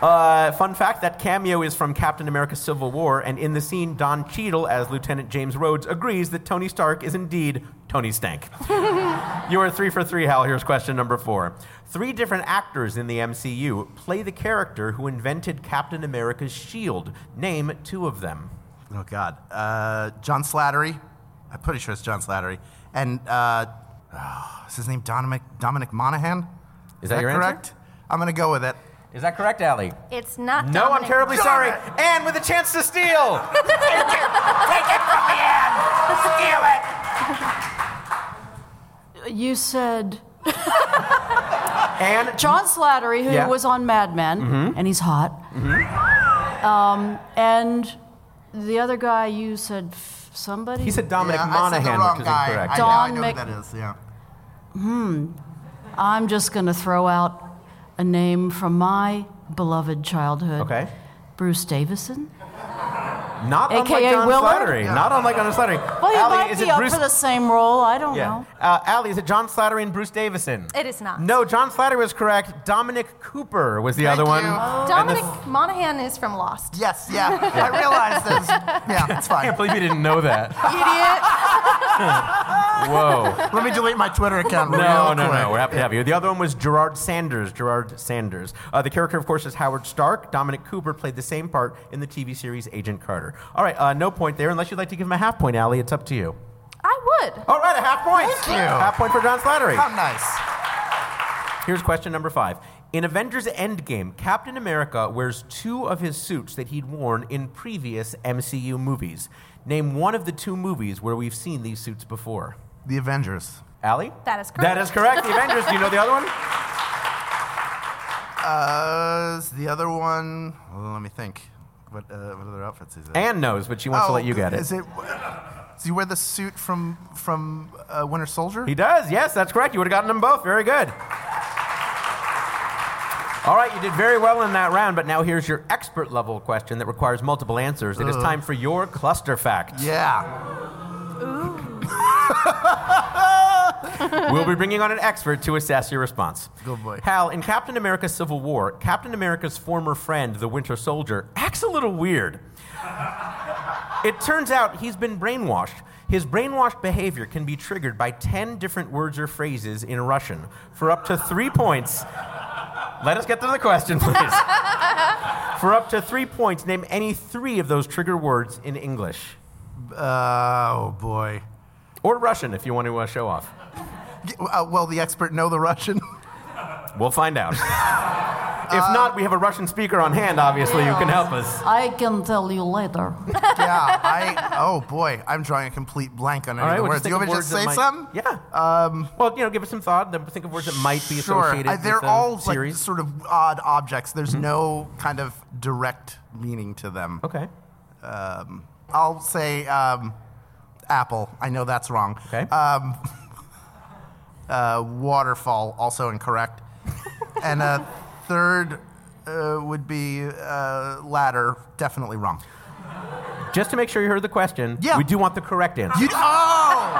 S1: Uh, fun fact that cameo is from Captain America Civil War, and in the scene, Don Cheadle, as Lieutenant James Rhodes, agrees that Tony Stark is indeed Tony Stank. you are three for three, Hal. Here's question number four. Three different actors in the MCU play the character who invented Captain America's shield. Name two of them.
S3: Oh God, uh, John Slattery. I'm pretty sure it's John Slattery. And uh, oh, is his name Dominic Dominic Monaghan?
S1: Is that your answer?
S3: correct? I'm gonna go with it.
S1: Is that correct, Allie?
S2: It's not.
S1: No, I'm
S2: Dominic.
S1: terribly
S3: Darn
S1: sorry.
S3: it.
S1: And with a chance to steal.
S4: You said
S1: and
S4: John Slattery, who
S1: Yeah. Mm-hmm.
S4: was on Mad Men, and he's hot. Um, and the other guy, you said f- somebody.
S1: he said Dominic
S3: Yeah, I said the
S1: Monaghan,
S3: wrong
S1: which is
S3: guy.
S1: incorrect.
S3: I,
S4: Don
S3: I know
S4: Mc-
S3: who that is. Yeah.
S4: I'm just going to throw out a name from my beloved childhood.
S1: Okay.
S4: Bruce Davison.
S1: Not unlike
S4: AKA
S1: John
S4: Willard?
S1: Slattery. Not unlike John Slattery.
S4: Well, he
S1: Allie,
S4: might
S1: is
S4: be
S1: it
S4: up
S1: Bruce?
S4: for the same role. I don't
S1: yeah.
S4: know.
S1: Uh, Allie, is it John Slattery and Bruce Davison?
S2: It is not.
S1: No, John Slattery was correct. Dominic Cooper was the
S3: Thank
S1: other one.
S3: you.
S1: And the
S2: Dominic Monaghan is from Lost.
S3: Yes. Yeah. I realized this. Yeah, it's
S1: I
S3: fine.
S1: can't believe you didn't know that.
S2: Idiot.
S1: Whoa.
S3: Let me delete my Twitter account.
S1: No,
S3: real
S1: no,
S3: quick.
S1: no. We're happy to have you. The other one was Gerard Sanders. Gerard Sanders. Uh, the character, of course, is Howard Stark. Dominic Cooper played the same part in the TV series Agent Carter. All right, uh, no point there. Unless you'd like to give him a half point, Allie, it's up to you.
S2: I would.
S1: All right, a half point.
S3: Thank you.
S1: Half point for John Slattery.
S3: How nice.
S1: Here's question number five. In Avengers Endgame, Captain America wears two of his suits that he'd worn in previous MCU movies. Name one of the two movies where we've seen these suits before.
S3: The Avengers.
S1: Allie?
S2: That is
S1: That
S2: correct.
S1: is correct. The Avengers. Do you know the other one?
S3: Uh, is the other one. Well, let me think. What, uh, what other outfits is it?
S1: Anne knows, but she wants to let you get it.
S3: Oh, Is it? Does he wear the suit from from uh, Winter Soldier?
S1: He does. Yes, that's correct. You would have gotten them both. Very good. All right, you did very well in that round, but now here's your expert level question that requires multiple answers. It is time for your cluster fact.
S3: yeah.
S1: we'll be bringing on an expert to assess your response.
S3: Good boy.
S1: Hal, in Captain America Civil War, Captain America's former friend, the Winter Soldier, acts a little weird. It turns out he's been brainwashed. His brainwashed behavior can be triggered by 10 different words or phrases in Russian. For up to three points, let us get to the question, please. For up to three points, name any three of those trigger words in English.
S3: Uh, oh, boy.
S1: Or Russian, if you want to uh, show off.
S3: Uh, will the expert know the Russian?
S1: We'll find out. if
S3: Uh,
S1: not, we have a Russian speaker on hand, obviously, who can help us.
S4: I can tell you later.
S3: yeah, I. Oh boy, I'm drawing a complete blank on any
S1: All right,
S3: of the
S1: we'll
S3: words.
S1: just
S3: Do
S1: think of
S3: you want me to
S1: words
S3: just
S1: that
S3: say
S1: might-
S3: some?
S1: Yeah. well, you know, give it some thought. Then think of words that might be associated.
S3: Uh, they're
S1: with the
S3: all
S1: series. Mm-hmm.
S3: like sort of odd objects. There's no kind of direct meaning to them.
S1: Okay.
S3: Um, I'll say um, apple. I know that's wrong. Okay. Um, uh, waterfall, also incorrect. and a third uh, would be uh, ladder, definitely wrong.
S1: Just to make sure you heard the question, yeah. we do want the correct answer.
S3: You, oh,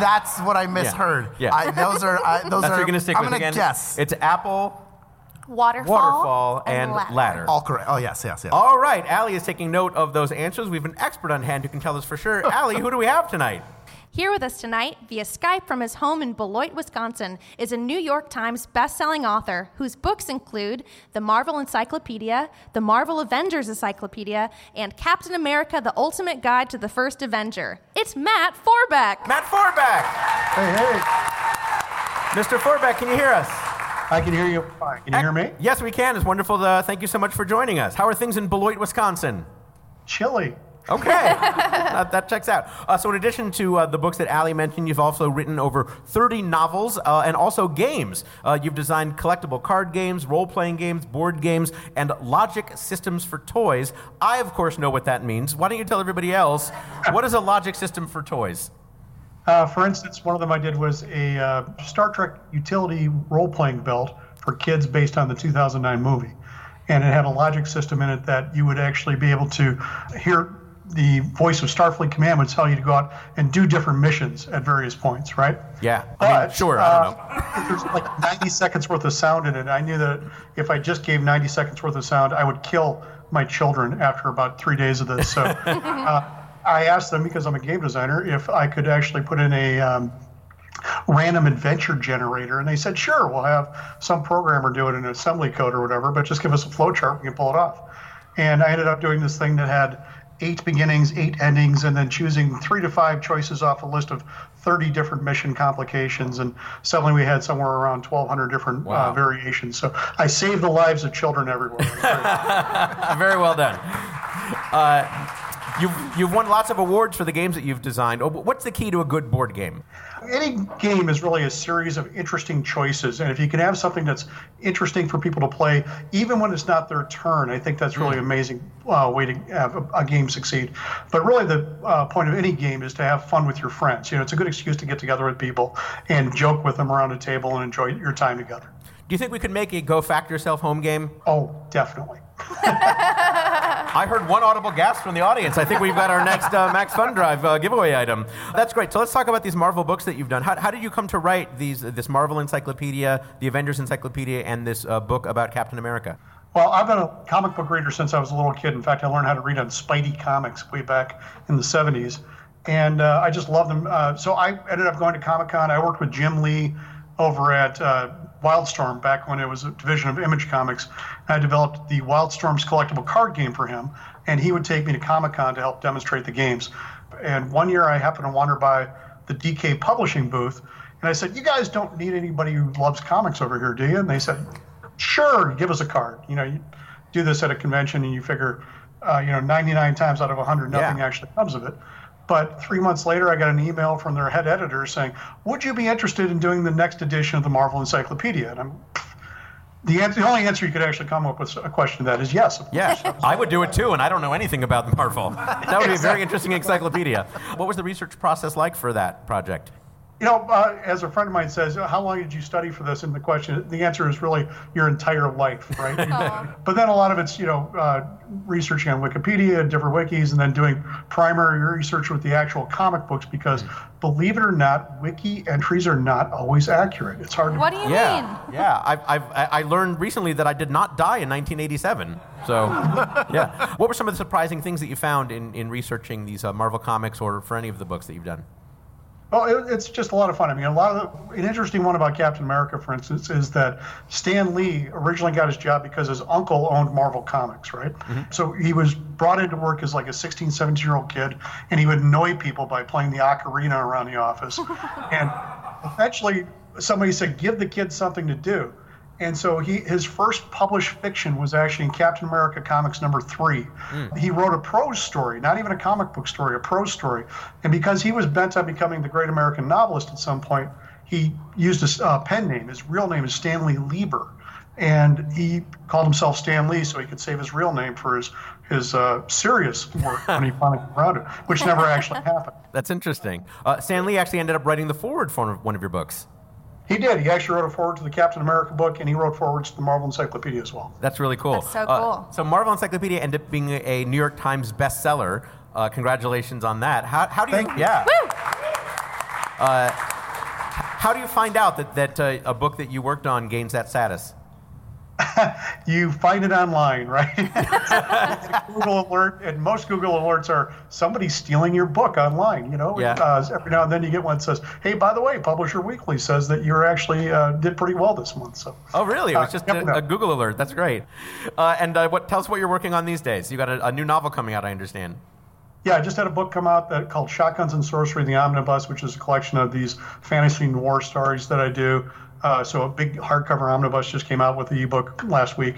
S3: that's what I misheard.
S1: Yeah.
S3: I, those are I, those
S1: That's
S3: are.
S1: what you're gonna stick
S3: I'm
S1: with
S3: gonna
S1: again.
S3: guess.
S1: It's apple,
S2: Waterfall,
S1: waterfall, and,
S2: ladder.
S1: ladder.
S3: All correct. Oh yes, yes, yes.
S1: All right, Allie is taking note of those answers. We have an expert on hand who can tell us for sure. Allie, who do we have tonight?
S2: Here with us tonight, via Skype from his home in Beloit, Wisconsin, is a New York Times best-selling author whose books include The Marvel Encyclopedia, The Marvel Avengers Encyclopedia, and Captain America: The Ultimate Guide to the First Avenger. It's Matt Forbeck.
S1: Matt Forbeck.
S13: Hey, hey.
S1: Mr. Forbeck, can you hear us?
S13: I can hear you fine. Can you hear me?
S1: Yes, we can. It's wonderful. To, uh, thank you so much for joining us. How are things in Beloit, Wisconsin?
S13: Chilly.
S1: Okay, that, that checks out. Uh, so, in addition to uh, the books that Ali mentioned, you've also written over 30 novels uh, and also games. Uh, you've designed collectible card games, role playing games, board games, and logic systems for toys. I, of course, know what that means. Why don't you tell everybody else what is a logic system for toys?
S13: Uh, for instance, one of them I did was a uh, Star Trek utility role playing build for kids based on the 2009 movie. And it had a logic system in it that you would actually be able to hear the voice of Starfleet Command would tell you to go out and do different missions at various points, right?
S1: Yeah. I mean,
S13: But,
S1: sure, I don't know.
S13: uh, There's like 90 seconds worth of sound in it. I knew that if I just gave 90 seconds worth of sound, I would kill my children after about three days of this. So uh, I asked them because I'm a game designer if I could actually put in a um, random adventure generator, and they said, "Sure, we'll have some programmer do it in assembly code or whatever, but just give us a flowchart, we can pull it off." And I ended up doing this thing that had eight beginnings, eight endings, and then choosing three to five choices off a list of 30 different mission complications. And suddenly we had somewhere around 1,200 different uh, variations. So I saved the lives of children everywhere.
S1: Very well done. Uh, you've, you've won lots of awards for the games that you've designed. Oh, but what's the key to a good board game?
S13: any game is really a series of interesting choices and if you can have something that's interesting for people to play even when it's not their turn i think that's really an amazing uh, way to have a, a game succeed but really the uh, point of any game is to have fun with your friends you know it's a good excuse to get together with people and joke with them around a table and enjoy your time together
S1: Do you think we could make a go fact yourself home game?
S13: Oh, definitely.
S1: I heard one audible gasp from the audience. I think we've got our next uh, Max Fun Drive uh, giveaway item. That's great. So let's talk about these Marvel books that you've done. How, how did you come to write these this Marvel Encyclopedia, the Avengers Encyclopedia, and this uh, book about Captain America?
S13: Well, I've been a comic book reader since I was a little kid. In fact, I learned how to read on Spidey comics way back in the 70s. And uh, I just love them. Uh, so I ended up going to Comic Con. I worked with Jim Lee over at uh, Wildstorm back when it was a division of Image Comics. And I developed the Wildstorms collectible card game for him. And he would take me to Comic Con to help demonstrate the games. And one year I happened to wander by the DK publishing booth. And I said, You guys don't need anybody who loves comics over here, do you? And they said, sure, give us a card. You know, you do this at a convention and you figure, uh, you know, 99 times out of 100, nothing actually comes of it. But three months later, I got an email from their head editor saying, Would you be interested in doing the next edition of the Marvel Encyclopedia? And I'm, the, answer, the only answer you could actually come up with a question to that is yes.
S1: Yeah, I would do it too, and I don't know anything about Marvel. That would be a very interesting encyclopedia. What was the research process like for that project?
S13: You know, uh, as a friend of mine says, how long did you study for this? And the question, the answer is really your entire life, right? but then a lot of it's, you know, uh, researching on Wikipedia, different wikis, and then doing primary research with the actual comic books because, believe it or not, wiki entries are not always accurate. It's hard to.
S2: What do you
S1: yeah,
S2: mean?
S1: Yeah, I've, I've, I I learned recently that I did not die in 1987. So, yeah. What were some of the surprising things that you found in, in researching these uh, Marvel comics or for any of the books that you've done?
S13: Well, it, it's just a lot of fun. I mean, a lot of the, an interesting one about Captain America, for instance, is that Stan Lee originally got his job because his uncle owned Marvel Comics, right? So he was brought into work as like a 16, 17 year old kid, and he would annoy people by playing the ocarina around the office. and eventually, somebody said, "Give the kid something to do." And so he his first published fiction was actually in Captain America Comics number three. He wrote a prose story, not even a comic book story, a prose story. And because he was bent on becoming the great American novelist at some point, he used his uh, pen name. His real name is Stanley Lieber. And he called himself Stan Lee so he could save his real name for his, his uh, serious work when he finally wrote it, which never actually happened.
S1: That's interesting. Uh, Stan Lee actually ended up writing the forward for one of your books.
S13: He did. He actually wrote a forward to the Captain America book, and he wrote forwards to the Marvel Encyclopedia as well.
S1: That's really cool. Uh,
S13: That's so cool.
S1: so Marvel Encyclopedia ended up being a New York Times bestseller. Uh, congratulations on that. How, how do you?
S13: Thank you.
S1: Yeah. Uh, h- how do you find out that that uh, a book that you worked on gains that status?
S13: You find it online, right? It's a Google alert, and most Google alerts are somebody stealing your book online. You know,
S1: Yeah.
S13: uh, every now and then you get one that says, "Hey, by the way, Publisher Weekly says that you actually uh, did pretty well this month." So
S1: Oh, really? It was
S13: Uh,
S1: just
S13: yep,
S1: a,
S13: no.
S1: a Google alert. That's great. Uh, and uh, what? Tell us what you're working on these days. You got a, a new novel coming out, I understand.
S13: Yeah, I just had a book come out that called Shotguns and Sorcery: The Omnibus, which is a collection of these fantasy noir stories that I do. Uh, so a big hardcover omnibus just came out with the ebook last week,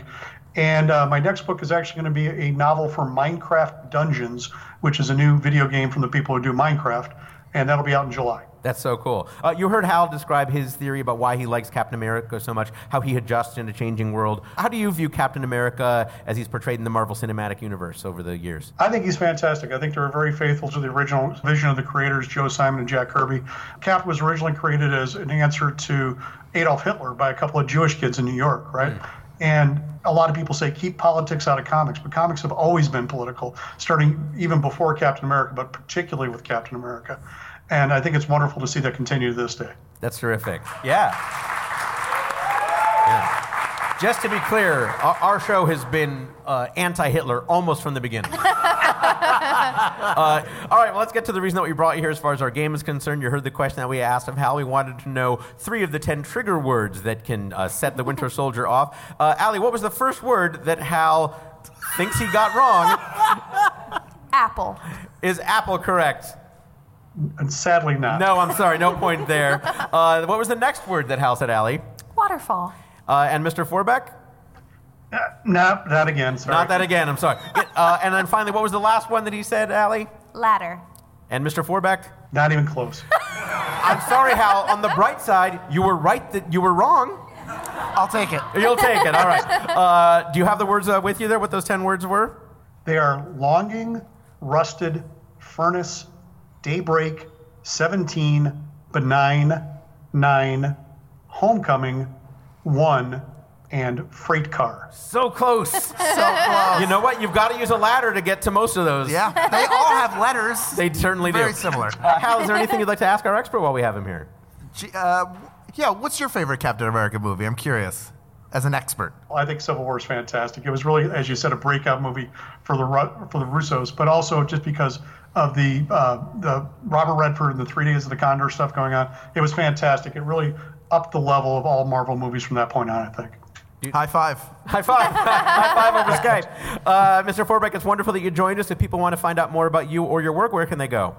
S13: and uh, my next book is actually going to be a novel for Minecraft Dungeons, which is a new video game from the people who do Minecraft, and that'll be out in July.
S1: That's so cool. Uh, you heard Hal describe his theory about why he likes Captain America so much, how he adjusts in a changing world. How do you view Captain America as he's portrayed in the Marvel Cinematic Universe over the years?
S13: I think he's fantastic. I think they're very faithful to the original vision of the creators, Joe Simon and Jack Kirby. Cap was originally created as an answer to Adolf Hitler by a couple of Jewish kids in New York, right? And a lot of people say keep politics out of comics, but comics have always been political, starting even before Captain America, but particularly with Captain America. And I think it's wonderful to see that continue to this day.
S1: That's terrific. Yeah. Yeah. Just to be clear, our, our show has been uh, anti Hitler almost from the beginning. Uh, all right, well, let's get to the reason that we brought you here as far as our game is concerned. You heard the question that we asked of Hal. We wanted to know three of the ten trigger words that can uh, set the Winter Soldier off. Uh, Allie, what was the first word that Hal thinks he got wrong?
S2: Apple.
S1: Is apple correct?
S13: And sadly, not.
S1: No, I'm sorry, no point there. Uh, what was the next word that Hal said, Allie?
S2: Waterfall.
S1: Uh, and Mr. Forbeck?
S13: No, not again. Sorry.
S1: Not that again. I'm sorry. Uh, and then finally, what was the last one that he said, Allie?
S2: Ladder.
S1: And Mr. Forbeck?
S13: Not even close.
S1: I'm sorry, Hal. On the bright side, you were right that you were wrong.
S3: I'll take it.
S1: You'll take it. All right. Uh, do you have the words uh, with you there? What those ten words were?
S13: They are longing, rusted, furnace, daybreak, 17, benign, 9, homecoming, 1, and freight car.
S1: So close. so close. You know what? You've got to use a ladder to get to most of those.
S3: Yeah, they all have letters.
S1: They certainly
S3: Very
S1: do.
S3: similar.
S1: Uh, Hal, is there anything you'd like to ask our expert while we have him here?
S3: G- uh, yeah, what's your favorite Captain America movie? I'm curious, as an expert.
S13: I think Civil War is fantastic. It was really, as you said, a breakout movie for the Ru- for the Russos, but also just because of the uh, the Robert Redford and the Three Days of the Condor stuff going on. It was fantastic. It really upped the level of all Marvel movies from that point on. I think.
S3: High five.
S1: High five. High five over Skype. Uh, Mr. Forbeck, it's wonderful that you joined us. If people want to find out more about you or your work, where can they go?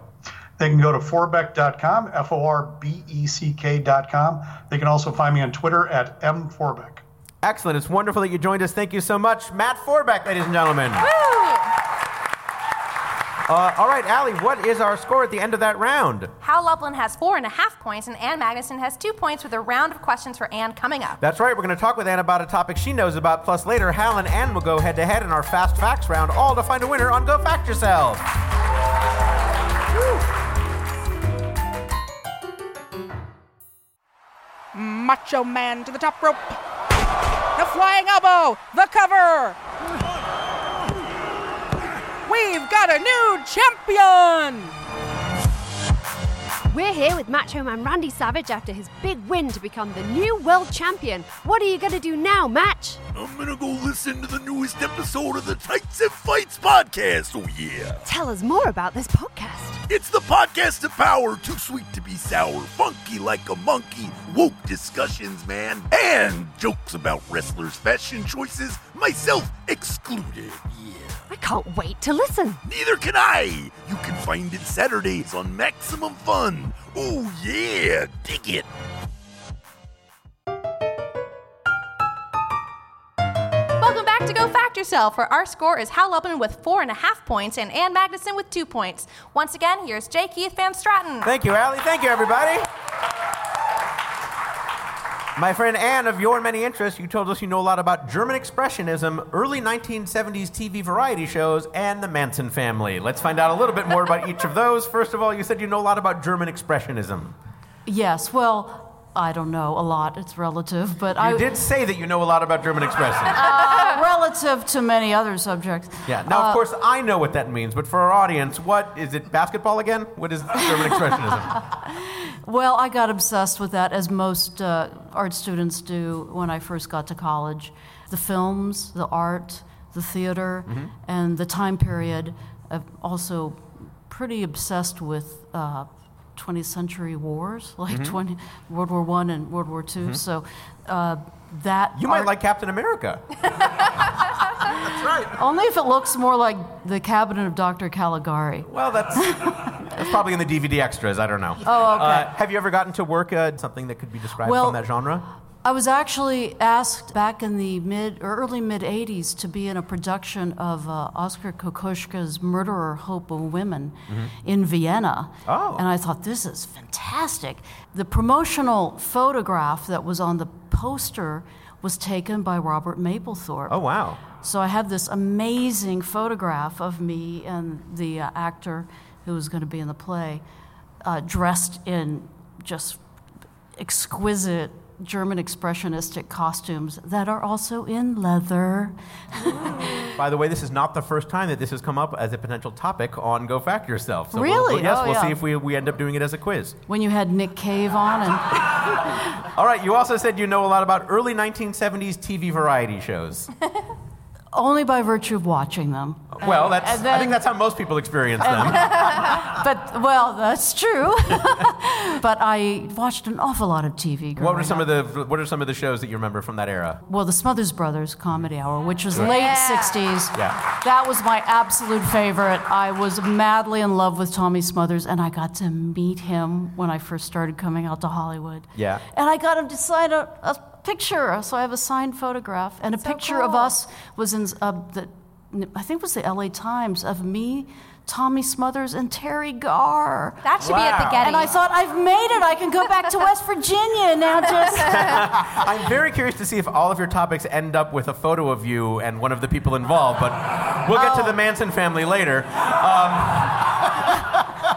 S13: They can go to forbeck.com, F O R B E C K.com. They can also find me on Twitter at M Forbeck.
S1: Excellent. It's wonderful that you joined us. Thank you so much, Matt Forbeck, ladies and gentlemen. Uh, all right, Allie, what is our score at the end of that round?
S2: Hal Lublin has four and a half points, and Ann Magnuson has two points with a round of questions for Ann coming up.
S1: That's right. We're going to talk with Ann about a topic she knows about. Plus, later, Hal and Ann will go head to head in our Fast Facts round, all to find a winner on Go Fact Yourself.
S14: Macho Man to the top rope. The flying elbow. The cover. We've got a new champion.
S15: We're here with Macho Man Randy Savage after his big win to become the new world champion. What are you going to do now, Match?
S16: I'm gonna go listen to the newest episode of the Tights and Fights podcast. Oh yeah.
S15: Tell us more about this podcast.
S16: It's the podcast of power, too sweet to be sour, funky like a monkey, woke discussions, man, and jokes about wrestlers' fashion choices, myself excluded.
S15: I can't wait to listen.
S16: Neither can I. You can find it Saturdays on Maximum Fun. Oh yeah, dig it.
S2: Welcome back to Go Fact Yourself, where our score is Hal Lubin with four and a half points and Ann Magnuson with two points. Once again, here's J. Keith Van Stratton.
S1: Thank you, Allie. Thank you, everybody. My friend Anne, of your many interests, you told us you know a lot about German Expressionism, early 1970s TV variety shows, and the Manson family. Let's find out a little bit more about each of those. First of all, you said you know a lot about German Expressionism.
S4: Yes, well, I don't know a lot. It's relative, but I
S1: You did say that you know a lot about German Expressionism.
S4: uh, relative to many other subjects.
S1: Yeah. Now,
S4: Uh,
S1: of course, I know what that means, but for our audience, what is it? Basketball again? What is German Expressionism?
S4: Well, I got obsessed with that, as most uh, art students do when I first got to college. The films, the art, the theater,
S1: Mm-hmm.
S17: Mhm.
S4: and the time period. i also pretty obsessed with uh, 20th century wars, like
S1: Mhm.
S4: 20, World War One and World War 2
S1: Mhm.
S4: So uh, that
S1: You might like Captain America.
S4: That's right. Only if it looks more like the Cabinet of Dr. Caligari.
S1: Well, that's that's probably in the DVD extras. I don't know.
S4: Oh, okay.
S1: Uh, have you ever gotten to work uh, something that could be described
S4: Well-
S1: from that genre?
S4: I was actually asked back in the mid or early mid 80s to be in a production of uh, Oscar Kokoschka's Murderer Hope of Women in Vienna.
S17: Oh.
S4: And I thought, this is fantastic. The promotional photograph that was on the poster was taken by Robert Mapplethorpe.
S1: Oh, wow.
S4: So I have this amazing photograph of me and the uh, actor who was going to be in the play uh, dressed in just exquisite German expressionistic costumes that are also in leather.
S1: By the way, this is not the first time that this has come up as a potential topic on Go Fact Yourself. we'll-
S4: Really?
S1: we'll- yes,
S4: Oh,
S1: we'll see
S4: yeah.
S1: if we, we end up doing it as a quiz.
S4: When you had Nick Cave on and
S1: All right, you also said you know a lot about early 1970s TV variety shows.
S4: only by virtue of watching them.
S1: Well,
S4: And-
S1: that's,
S4: and
S1: I
S4: then-
S1: think that's how most people experience them.
S4: but well, that's true. but I watched an awful lot of TV.
S1: What
S4: growing
S1: are some
S4: up.
S1: of the What are some of the shows that you remember from that era?
S4: Well, the Smothers Brothers Comedy Hour, which was
S1: Sure.
S4: late
S1: Yeah.
S4: 60s.
S1: Yeah.
S4: That was my absolute favorite. I was madly in love with Tommy Smothers, and I got to meet him when I first started coming out to Hollywood.
S1: Yeah.
S4: And I got him to sign a, a picture, so I have a signed photograph. And a picture of us was in uh, the, I think it was the LA Times, of me, Tommy Smothers, and Terry Garr.
S2: That should be at the Wow. Getty.
S4: And I thought, I've made it. I can go back to West Virginia now, just.
S1: I'm very curious to see if all of your topics end up with a photo of you and one of the people involved, but we'll get
S4: Oh.
S1: to the Manson family later. Um,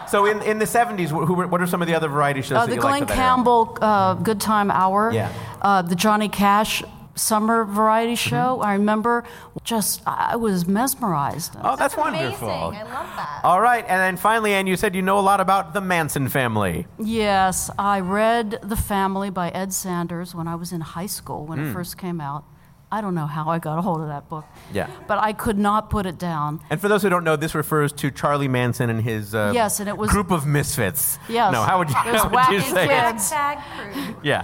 S1: so, in, in the 70s, wh- who were, what are some of the other variety shows
S4: Uh,
S1: that
S4: the
S1: you
S4: Glenn
S1: liked? of that era?
S4: Campbell uh, Good Time Hour.
S1: Yeah.
S4: Uh, the Johnny Cash summer variety
S1: Mm-hmm.
S4: show. I remember just, I I was mesmerized.
S1: Oh, that's, wonderful. I love that. All right, and then finally, Anne, you said you know a lot about the Manson family.
S4: Yes, I read The Family by Ed Sanders when I was in high school when
S1: Mm.
S4: it first came out. I don't know how I got a hold of that book,
S1: Yeah.
S4: but I could not put it down.
S1: And for those who don't know, this refers to Charlie Manson and his uh,
S4: Yes, and it was-
S1: group of misfits.
S4: Yes.
S1: No, how would you,
S4: Those
S1: how would you
S4: wacky
S1: say it?
S4: kids.
S1: Yeah.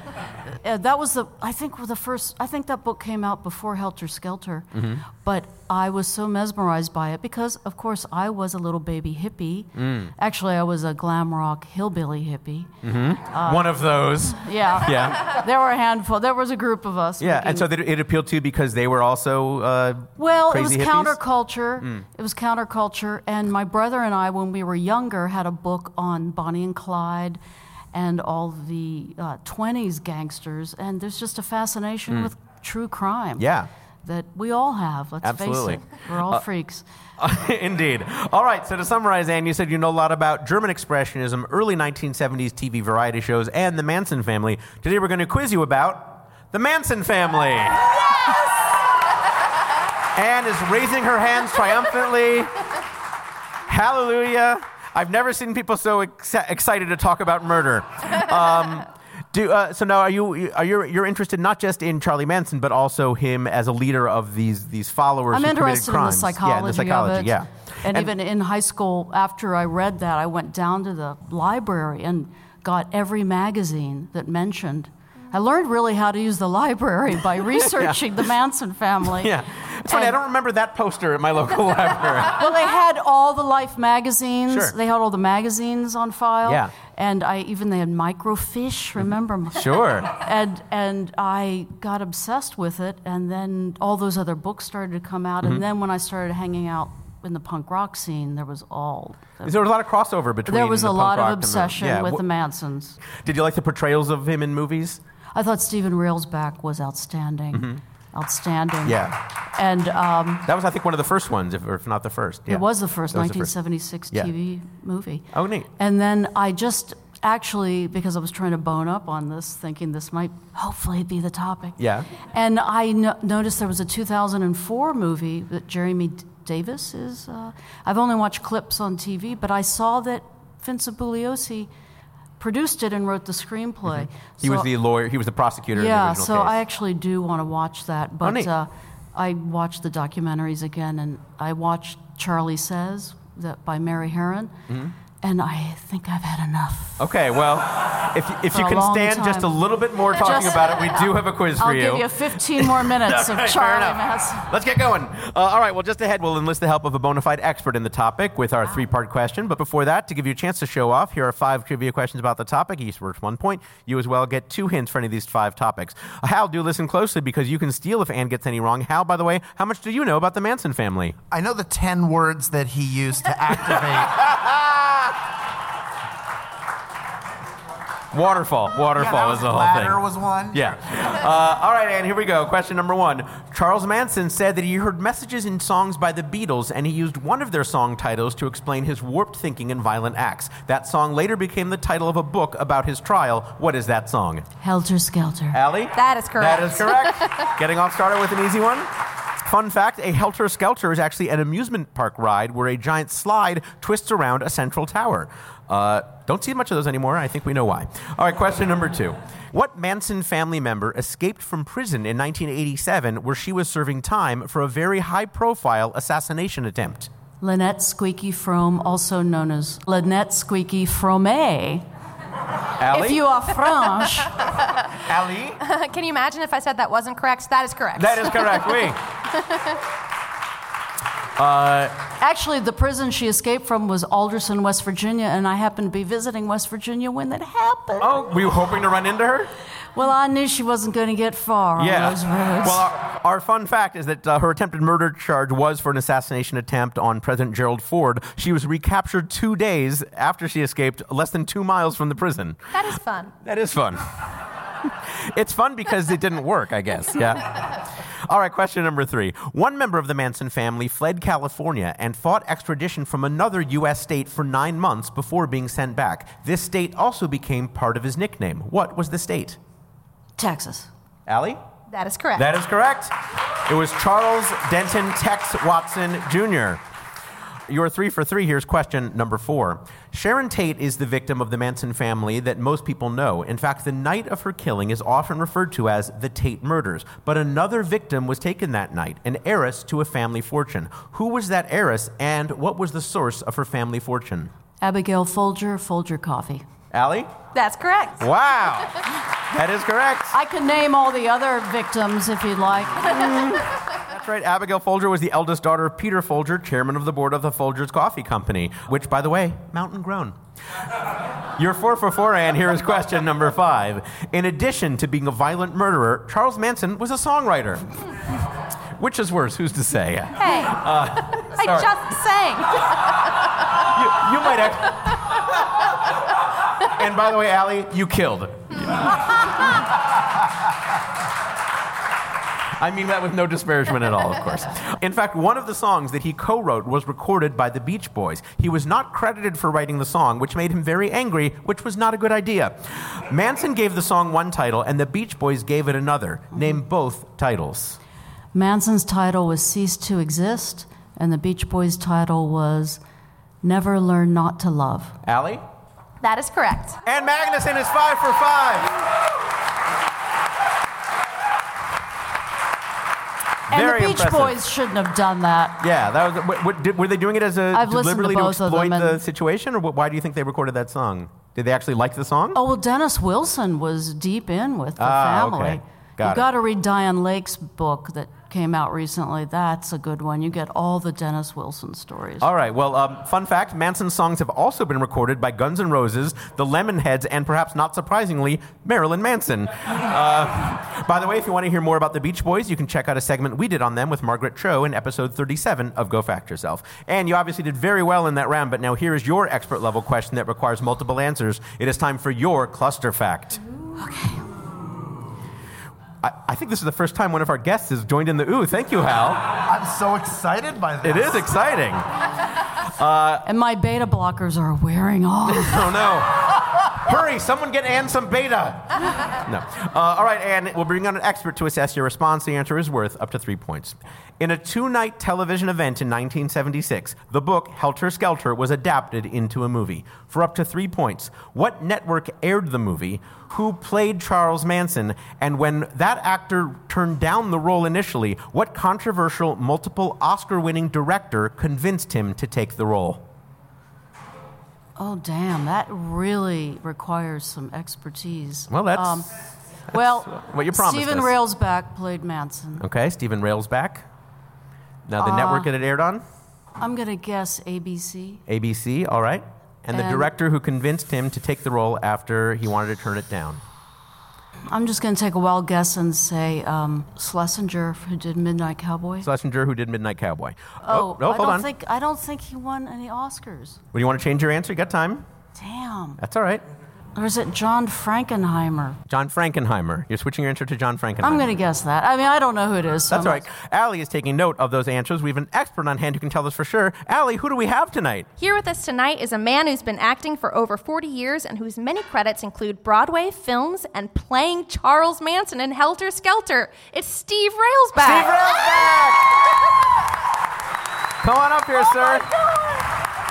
S4: Uh, that was the, I think, were the first, I think that book came out before Helter Skelter.
S1: Mm-hmm.
S17: Mhm.
S4: But I was so mesmerized by it because, of course, I was a little baby hippie.
S1: Mm.
S4: Actually, I was a glam rock hillbilly hippie.
S1: Mm-hmm.
S4: Uh,
S1: One of those.
S4: Yeah.
S1: Yeah.
S4: There were a handful. There was a group of us.
S1: Yeah, and so
S4: making-
S1: that it appealed to you because they were also uh,
S4: well, it was
S1: crazy hippies?
S4: counterculture.
S1: Mm.
S4: It was counterculture, and my brother and I, when we were younger, had a book on Bonnie and Clyde and all the uh, '20s gangsters, and there's just a fascination
S1: Mm.
S4: with true crime.
S1: Yeah.
S4: that we all have. Let's
S1: Absolutely.
S4: face it, we're all
S1: Uh,
S4: freaks.
S1: Indeed. All right, so to summarize, Anne, you said you know a lot about German Expressionism, early 1970s TV variety shows, and the Manson family. Today we're going to quiz you about the Manson family. Yes! Anne is raising her hands triumphantly. Hallelujah. I've never seen people so ex- excited to talk about murder. Um, do, uh, so now are you are you you're interested not just in Charlie Manson but also him as a leader of these these followers
S4: I'm
S1: who committed
S4: interested in the
S1: crimes.
S4: psychology,
S1: yeah, in the psychology
S4: of it.
S1: yeah
S4: And, even in high school, after I read that, I went down to the library and got every magazine that mentioned. I learned really how to use the library by
S1: Yeah.
S4: researching the Manson family.
S1: yeah. It's funny, I
S4: And-
S1: don't remember that poster at my local library.
S4: well, they had all the Life magazines.
S1: Uh-huh. Sure.
S4: They had all the magazines on file.
S1: Yeah.
S4: And I even they had microfiche. Remember?
S1: Sure.
S4: And and I got obsessed with it, and then all those other books started to come out,
S1: Mhm.
S4: and then when I started hanging out in the punk rock scene, there was all.
S1: There was a lot of crossover between.
S4: there was
S1: the
S4: a
S1: punk rock
S4: lot of
S1: and the-
S4: obsession
S1: yeah,
S4: with
S1: wh-
S4: the Mansons.
S1: Did you like the portrayals of him in movies?
S4: I thought Stephen Railsback was outstanding.
S1: Mhm.
S4: Outstanding.
S1: Yeah.
S4: And um,
S1: That was, I think, one of the first ones, if, or if not the first. Yeah.
S4: It was the first
S1: That was the
S4: 1976
S1: Yeah.
S4: TV movie.
S1: Oh, neat.
S4: And then I just actually, because I was trying to bone up on this, thinking this might hopefully be the topic.
S1: Yeah.
S4: And I no- noticed there was a 2004 movie that Jeremy D- Davis is. Uh, I've only watched clips on TV, but I saw that Vincent Bugliosi produced it and wrote the screenplay.
S1: Mm-hmm. He was
S4: So-
S1: the lawyer. He was the prosecutor.
S4: yeah,
S1: in the original
S4: so
S1: case.
S4: I actually do want to watch that, but
S1: neat.
S4: uh, I watched the documentaries again, and I watched Charlie Says that by Mary Herron,
S1: Mhm.
S4: and I think I've had enough.
S1: Okay, well, if, if
S4: For
S1: you
S4: a
S1: can
S4: long
S1: stand
S4: time.
S1: just a little bit more talking
S4: Just-
S1: about it, we do have a quiz for
S4: I'll
S1: you.
S4: give you 15 more minutes
S1: Okay,
S4: of
S1: fair
S4: Charlie
S1: enough.
S4: Manson.
S1: Let's get going. Uh, all right, well, just ahead, we'll enlist the help of a bona fide expert in the topic with our three part question. But before that, to give you a chance to show off, here are five trivia questions about the topic, each worth one point. You as well get two hints for any of these five topics. Uh, Hal, do listen closely because you can steal if Anne gets any wrong. Hal, by the way, how much do you know about the Manson family?
S3: I know the 10 words that he used to activate.
S1: Waterfall. Waterfall
S3: that
S1: was,
S3: was
S1: the whole
S3: bladder
S1: thing.
S3: was one.
S1: Yeah. Uh, all right, Anne, here we go. Question number one. Charles Manson said that he heard messages in songs by the Beatles, and he used one of their song titles to explain his warped thinking and violent acts. That song later became the title of a book about his trial. What is that song?
S4: Helter Skelter.
S1: Allie?
S2: That is correct.
S1: That is correct. Getting off started with an easy one. Fun fact a helter skelter is actually an amusement park ride where a giant slide twists around a central tower. Uh, don't see much of those anymore. I think we know why. All right, question number two. What Manson family member escaped from prison in 1987 where she was serving time for a very high profile assassination attempt?
S4: Lynette Squeaky Frome, also known as Lynette Squeaky Frome.
S1: Allie?
S4: If you are French.
S1: Allie?
S2: Can you imagine if I said that wasn't correct? That is correct.
S1: That is correct. We. Uh,
S4: Actually, the prison she escaped from was Alderson, West Virginia, and I happened to be visiting West Virginia when that happened.
S1: oh, were you hoping to run into her?
S4: Well, I knew she wasn't going to get far on
S1: Yeah.
S4: those roads.
S1: Well, our, our fun fact is that uh, her attempted murder charge was for an assassination attempt on President Gerald Ford. She was recaptured two days after she escaped, less than two miles from the prison.
S2: That is fun.
S1: That is fun. it's fun because it didn't work, I guess. Yeah. All right, question number three. One member of the Manson family fled California and fought extradition from another U.S. state for nine months before being sent back. This state also became part of his nickname. What was the state?
S4: Texas.
S1: Allie?
S2: That is correct.
S1: That is correct. It was Charles Denton Tex Watson Jr. You're three for three. Here's question number four. Sharon Tate is the victim of the Manson family that most people know. In fact, the night of her killing is often referred to as the Tate murders. But another victim was taken that night, an heiress to a family fortune. Who was that heiress, and what was the source of her family fortune?
S4: Abigail Folger, Folger Coffee.
S1: Allie?
S2: That's correct.
S1: Wow. that is correct.
S4: I could name all the other victims if you'd like.
S1: That's right. Abigail Folger was the eldest daughter of Peter Folger, chairman of the board of the Folgers Coffee Company, which, by the way, mountain grown. You're four for four, and here is question number five. In addition to being a violent murderer, Charles Manson was a songwriter. Which is worse? Who's to say?
S2: Hey,
S1: Uh,
S2: I
S1: sorry.
S2: just sang.
S1: you might act. And by the way, Allie, you killed. I mean that with no disparagement at all, of course. In fact, one of the songs that he co wrote was recorded by the Beach Boys. He was not credited for writing the song, which made him very angry, which was not a good idea. Manson gave the song one title, and the Beach Boys gave it another. Name both titles.
S4: Manson's title was Cease to Exist, and the Beach Boys' title was Never Learn Not to Love.
S1: Allie?
S2: That is correct.
S1: And Magnuson is five for five.
S4: And
S1: Very
S4: the Beach
S1: impressive.
S4: Boys shouldn't have done that.
S1: Yeah, that was. What, what, did, were they doing it as a
S4: I've listened to
S1: deliberately
S4: both of
S1: exploit
S4: them and-
S1: the situation, or wh- why do you think they recorded that song? Did they actually like the song?
S4: Oh, well, Dennis Wilson was deep in with the
S1: Ah,
S4: family.
S1: okay. Got
S4: you
S1: it.
S4: got to read Diane Lake's book that came out recently. That's a good one. You get all the Dennis Wilson stories.
S1: All right. Well, um, fun fact: Manson's songs have also been recorded by Guns N' Roses, the Lemonheads, and perhaps not surprisingly, Marilyn Manson. Uh, by the way, if you want to hear more about the Beach Boys, you can check out a segment we did on them with Margaret Cho in episode 37 of Go Fact Yourself. And you obviously did very well in that round. But now here is your expert level question that requires multiple answers. It is time for your cluster fact. I, I think this is the first time one of our guests has joined in the ooh. Thank you, Hal.
S3: I'm so excited by this.
S1: It is exciting. Uh,
S4: and my beta blockers are wearing off.
S1: oh no. Hurry, someone get Anne some beta. No. Uh, all right, Anne, we'll bring on an expert to assess your response. The answer is worth up to three points. In a two night television event in 1976, the book Helter Skelter was adapted into a movie. For up to three points, what network aired the movie? Who played Charles Manson? And when that actor turned down the role initially, what controversial, multiple Oscar winning director convinced him to take the role?
S4: Oh, damn. That really requires some expertise. Um,
S1: Well, that's-
S4: well,
S1: what you promised
S4: Stephen
S1: us.
S4: Railsback played Manson.
S1: Okay, Stephen Rails back. Now the
S4: Uh,
S1: network that it aired on,
S4: I'm going to guess ABC.
S1: ABC. All right, and the
S4: and-
S1: director who convinced him to take the role after he wanted to turn it down.
S4: I'm just going to take a wild guess and say um, Schlesinger, who did Midnight Cowboy.
S1: Schlesinger, who did Midnight Cowboy.
S4: Oh,
S1: no,
S4: I
S1: hold
S4: don't
S1: on.
S4: think I don't think he won any Oscars.
S1: Well, you want to change your answer? You got time?
S4: Damn.
S1: That's all right.
S4: Or is it John Frankenheimer?
S1: John Frankenheimer. You're switching your answer to John Frankenheimer.
S4: I'm going to guess that. I mean, I don't know who it is. So
S1: That's all right. Allie is taking note of those answers. We have an expert on hand who can tell us for sure. Allie, who do we have tonight?
S2: Here with us tonight is a man who's been acting for over 40 years and whose many credits include Broadway films and playing Charles Manson in Helter Skelter. It's Steve Railsback.
S1: Steve Railsback! Come on up
S4: Oh
S1: here, sir.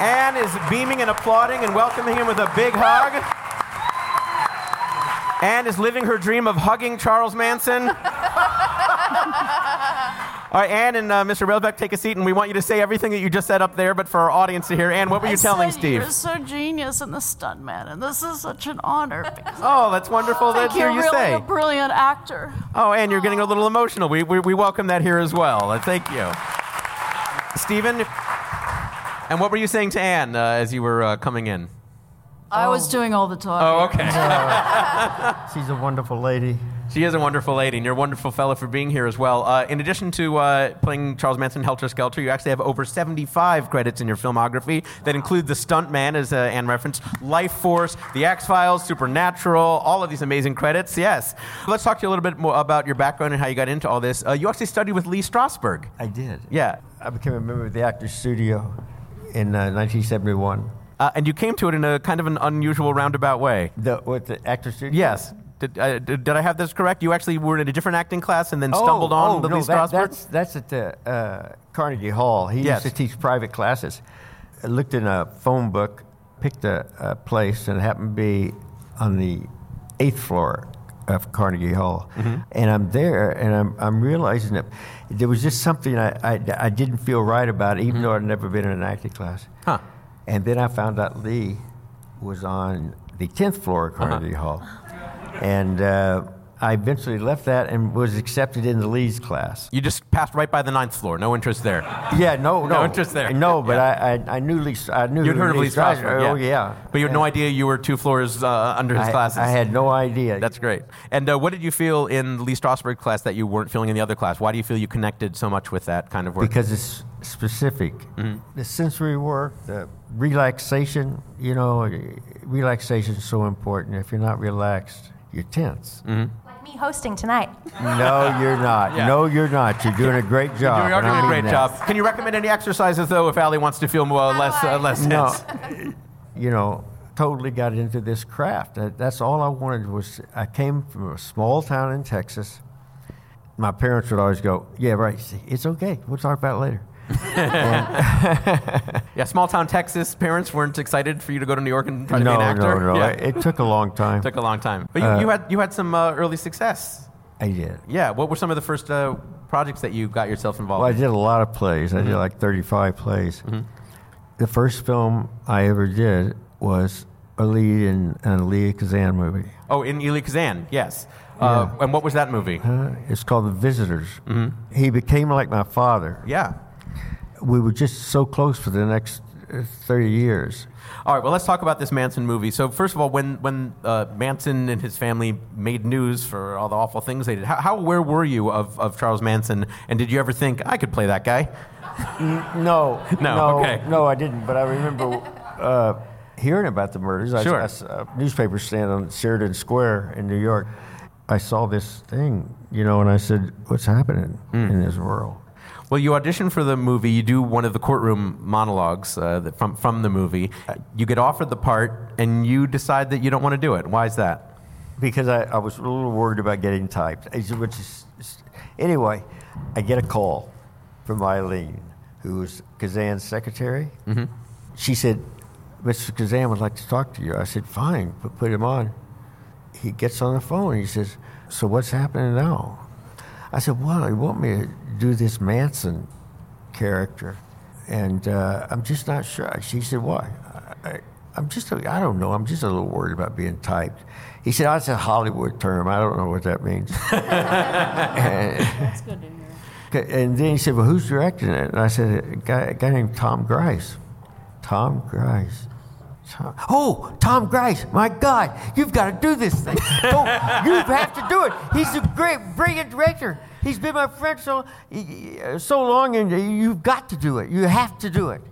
S1: Anne is beaming and applauding and welcoming him with a big hug. Anne is living her dream of hugging Charles Manson. All right, Anne and uh, Mr. Railbeck, take a seat, and we want you to say everything that you just said up there, but for our audience to hear. Anne, what were you
S4: I
S1: telling
S4: said
S1: Steve?
S4: You're so genius in the stunt man, and this is such an honor. because
S1: Oh, that's wonderful
S4: I think
S1: to hear
S4: you're
S1: you
S4: really
S1: say.
S4: a brilliant actor.
S1: Oh, and you're getting a little emotional. We, we, we welcome that here as well. Uh, Thank you. Stephen, and what were you saying to Anne uh, as you were uh, coming in?
S4: I was doing all the talking.
S1: Oh, okay.
S17: She's a wonderful lady.
S1: she is a wonderful lady, and you're a wonderful fellow for being here as well. Uh, in addition to uh, playing Charles Manson Helter Skelter, you actually have over 75 credits in your filmography that include The Stunt Man, as uh, Anne referenced, Life Force, The X Files, Supernatural, all of these amazing credits. Yes. Let's talk to you a little bit more about your background and how you got into all this. Uh, you actually studied with Lee Strasberg.
S17: I did.
S1: Yeah.
S17: I became a member of the Actors Studio in uh, 1971.
S1: Uh, and you came to it in a kind of an unusual roundabout way.
S17: The, with the Actors Studio?
S1: Yes. Did, uh, did, did I have this correct? You actually were in a different acting class and then stumbled
S17: oh,
S1: on
S17: oh,
S1: the
S17: no,
S1: Lee
S17: that-
S1: Strasberg?
S17: that's, that's at the uh, Carnegie Hall. He
S1: Yes.
S17: used to teach private classes. I looked in a phone book, picked a, a place, and it happened to be on the eighth floor of Carnegie Hall.
S1: Mm-hmm.
S17: And I'm there, and I'm, I'm realizing that there was just something I, I, I didn't feel right about, even
S1: Mm-hmm.
S17: though I'd never been in an acting class.
S1: Huh.
S17: And then I found out
S1: Uh-huh.
S17: Lee was on the 10th floor of Carnegie Hall. And uh, I eventually left that and was accepted in the Lees class.
S1: You just passed right by the ninth floor. No interest there.
S17: Yeah, no, no,
S1: No interest there.
S17: No, but I, I, I knew Lee. I knew
S1: You'd
S17: who
S1: heard of Lee
S17: Strasberg-
S1: Strasberg.
S17: Oh yeah,
S1: But you had no idea you were two floors uh, under his
S17: I-
S1: classes.
S17: I had no idea.
S1: That's great. And uh, what did you feel in Lee Strasberg class that you weren't feeling in the other class? Why do you feel you connected so much with that kind of work? Mm-hmm.
S17: because it's specific. The sensory work, the relaxation. You know, relaxation is so important. If you're not relaxed, you're tense.
S2: Like me hosting tonight.
S17: No, you're not.
S1: Yeah.
S17: No, you're not. You're doing a great
S1: you
S17: job.
S1: are
S17: and I
S1: doing a
S17: mean
S1: great
S17: that.
S1: job. Can you recommend any exercises though, if Ali wants to feel more, less uh, less
S17: No,
S1: tense?
S17: you know, totally got into this craft. That- That's all I wanted was I came from a small town in Texas. My parents would always go, "Yeah, right. It's okay. We'll talk about it later."
S1: yeah, small town Texas parents weren't excited for you to go to New York and try to
S17: no,
S1: be an
S17: no,
S1: actor.
S17: no,
S1: Yeah.
S17: It, it took a long time.
S1: took a long time. But you,
S17: Uh,
S1: you had you had some uh, early success.
S17: I did.
S1: Yeah. What were some of the first uh, projects that you got yourself involved?
S17: Well, Oh, I
S1: in?
S17: did a lot of plays.
S1: Mm-hmm.
S17: I did like 35 plays. The first film I ever did was a lead in an Leah Kazan movie.
S1: Oh, in Eli Kazan, yes. Uh, and what was that movie?
S17: Uh, it's called The Visitors.
S1: Mm-hmm.
S17: He became like my father.
S1: Yeah.
S17: We were just so close for the next uh, 30 years.
S1: All right. Well, let's talk about this Manson movie. So, first of all, when when uh, Manson and his family made news for all the awful things they did, how, how aware were you of, of Charles Manson? And did you ever think I could play that guy?
S17: no,
S1: No, okay.
S17: no, I didn't. But I remember uh, hearing about the murders. I,
S1: Sure.
S17: I saw a newspaper stand on Sheridan Square in New York. I saw this thing, you know, and I said, "What's happening
S1: Mm.
S17: in this world?"
S1: Well, you audition for the movie. You do one of the courtroom monologues uh, that from from the movie. You get offered the part, and you decide that you don't want to do it. Why is that?
S17: Because I, I was a little worried about getting typed. It's- Which is, is- anyway, I get a call from Eileen, who was Kazan's secretary.
S1: Mhm.
S17: She said, Mr. Kazan would like to talk to you. I said, fine, but put him on. He gets on the phone. He says, so what's happening now? I said, well, they want me to do this Manson character, and uh, I'm just not sure. She said, why? I, I- I'm just, a, I don't know. I'm just a little worried about being typed. He said, "Oh, that's a Hollywood term. I don't know what that means.
S18: That's
S17: good to hear. Okay, And then he said, "Well, who's directing it?" And I said, "A guy, a guy named Tom Grice." Tom Grice. Tom- oh, Tom Grice! My God, you've got to do this thing. Don't, you have to do it. He's a great, brilliant director. He's been my friend so so long, and you've got to do it. You have to do it.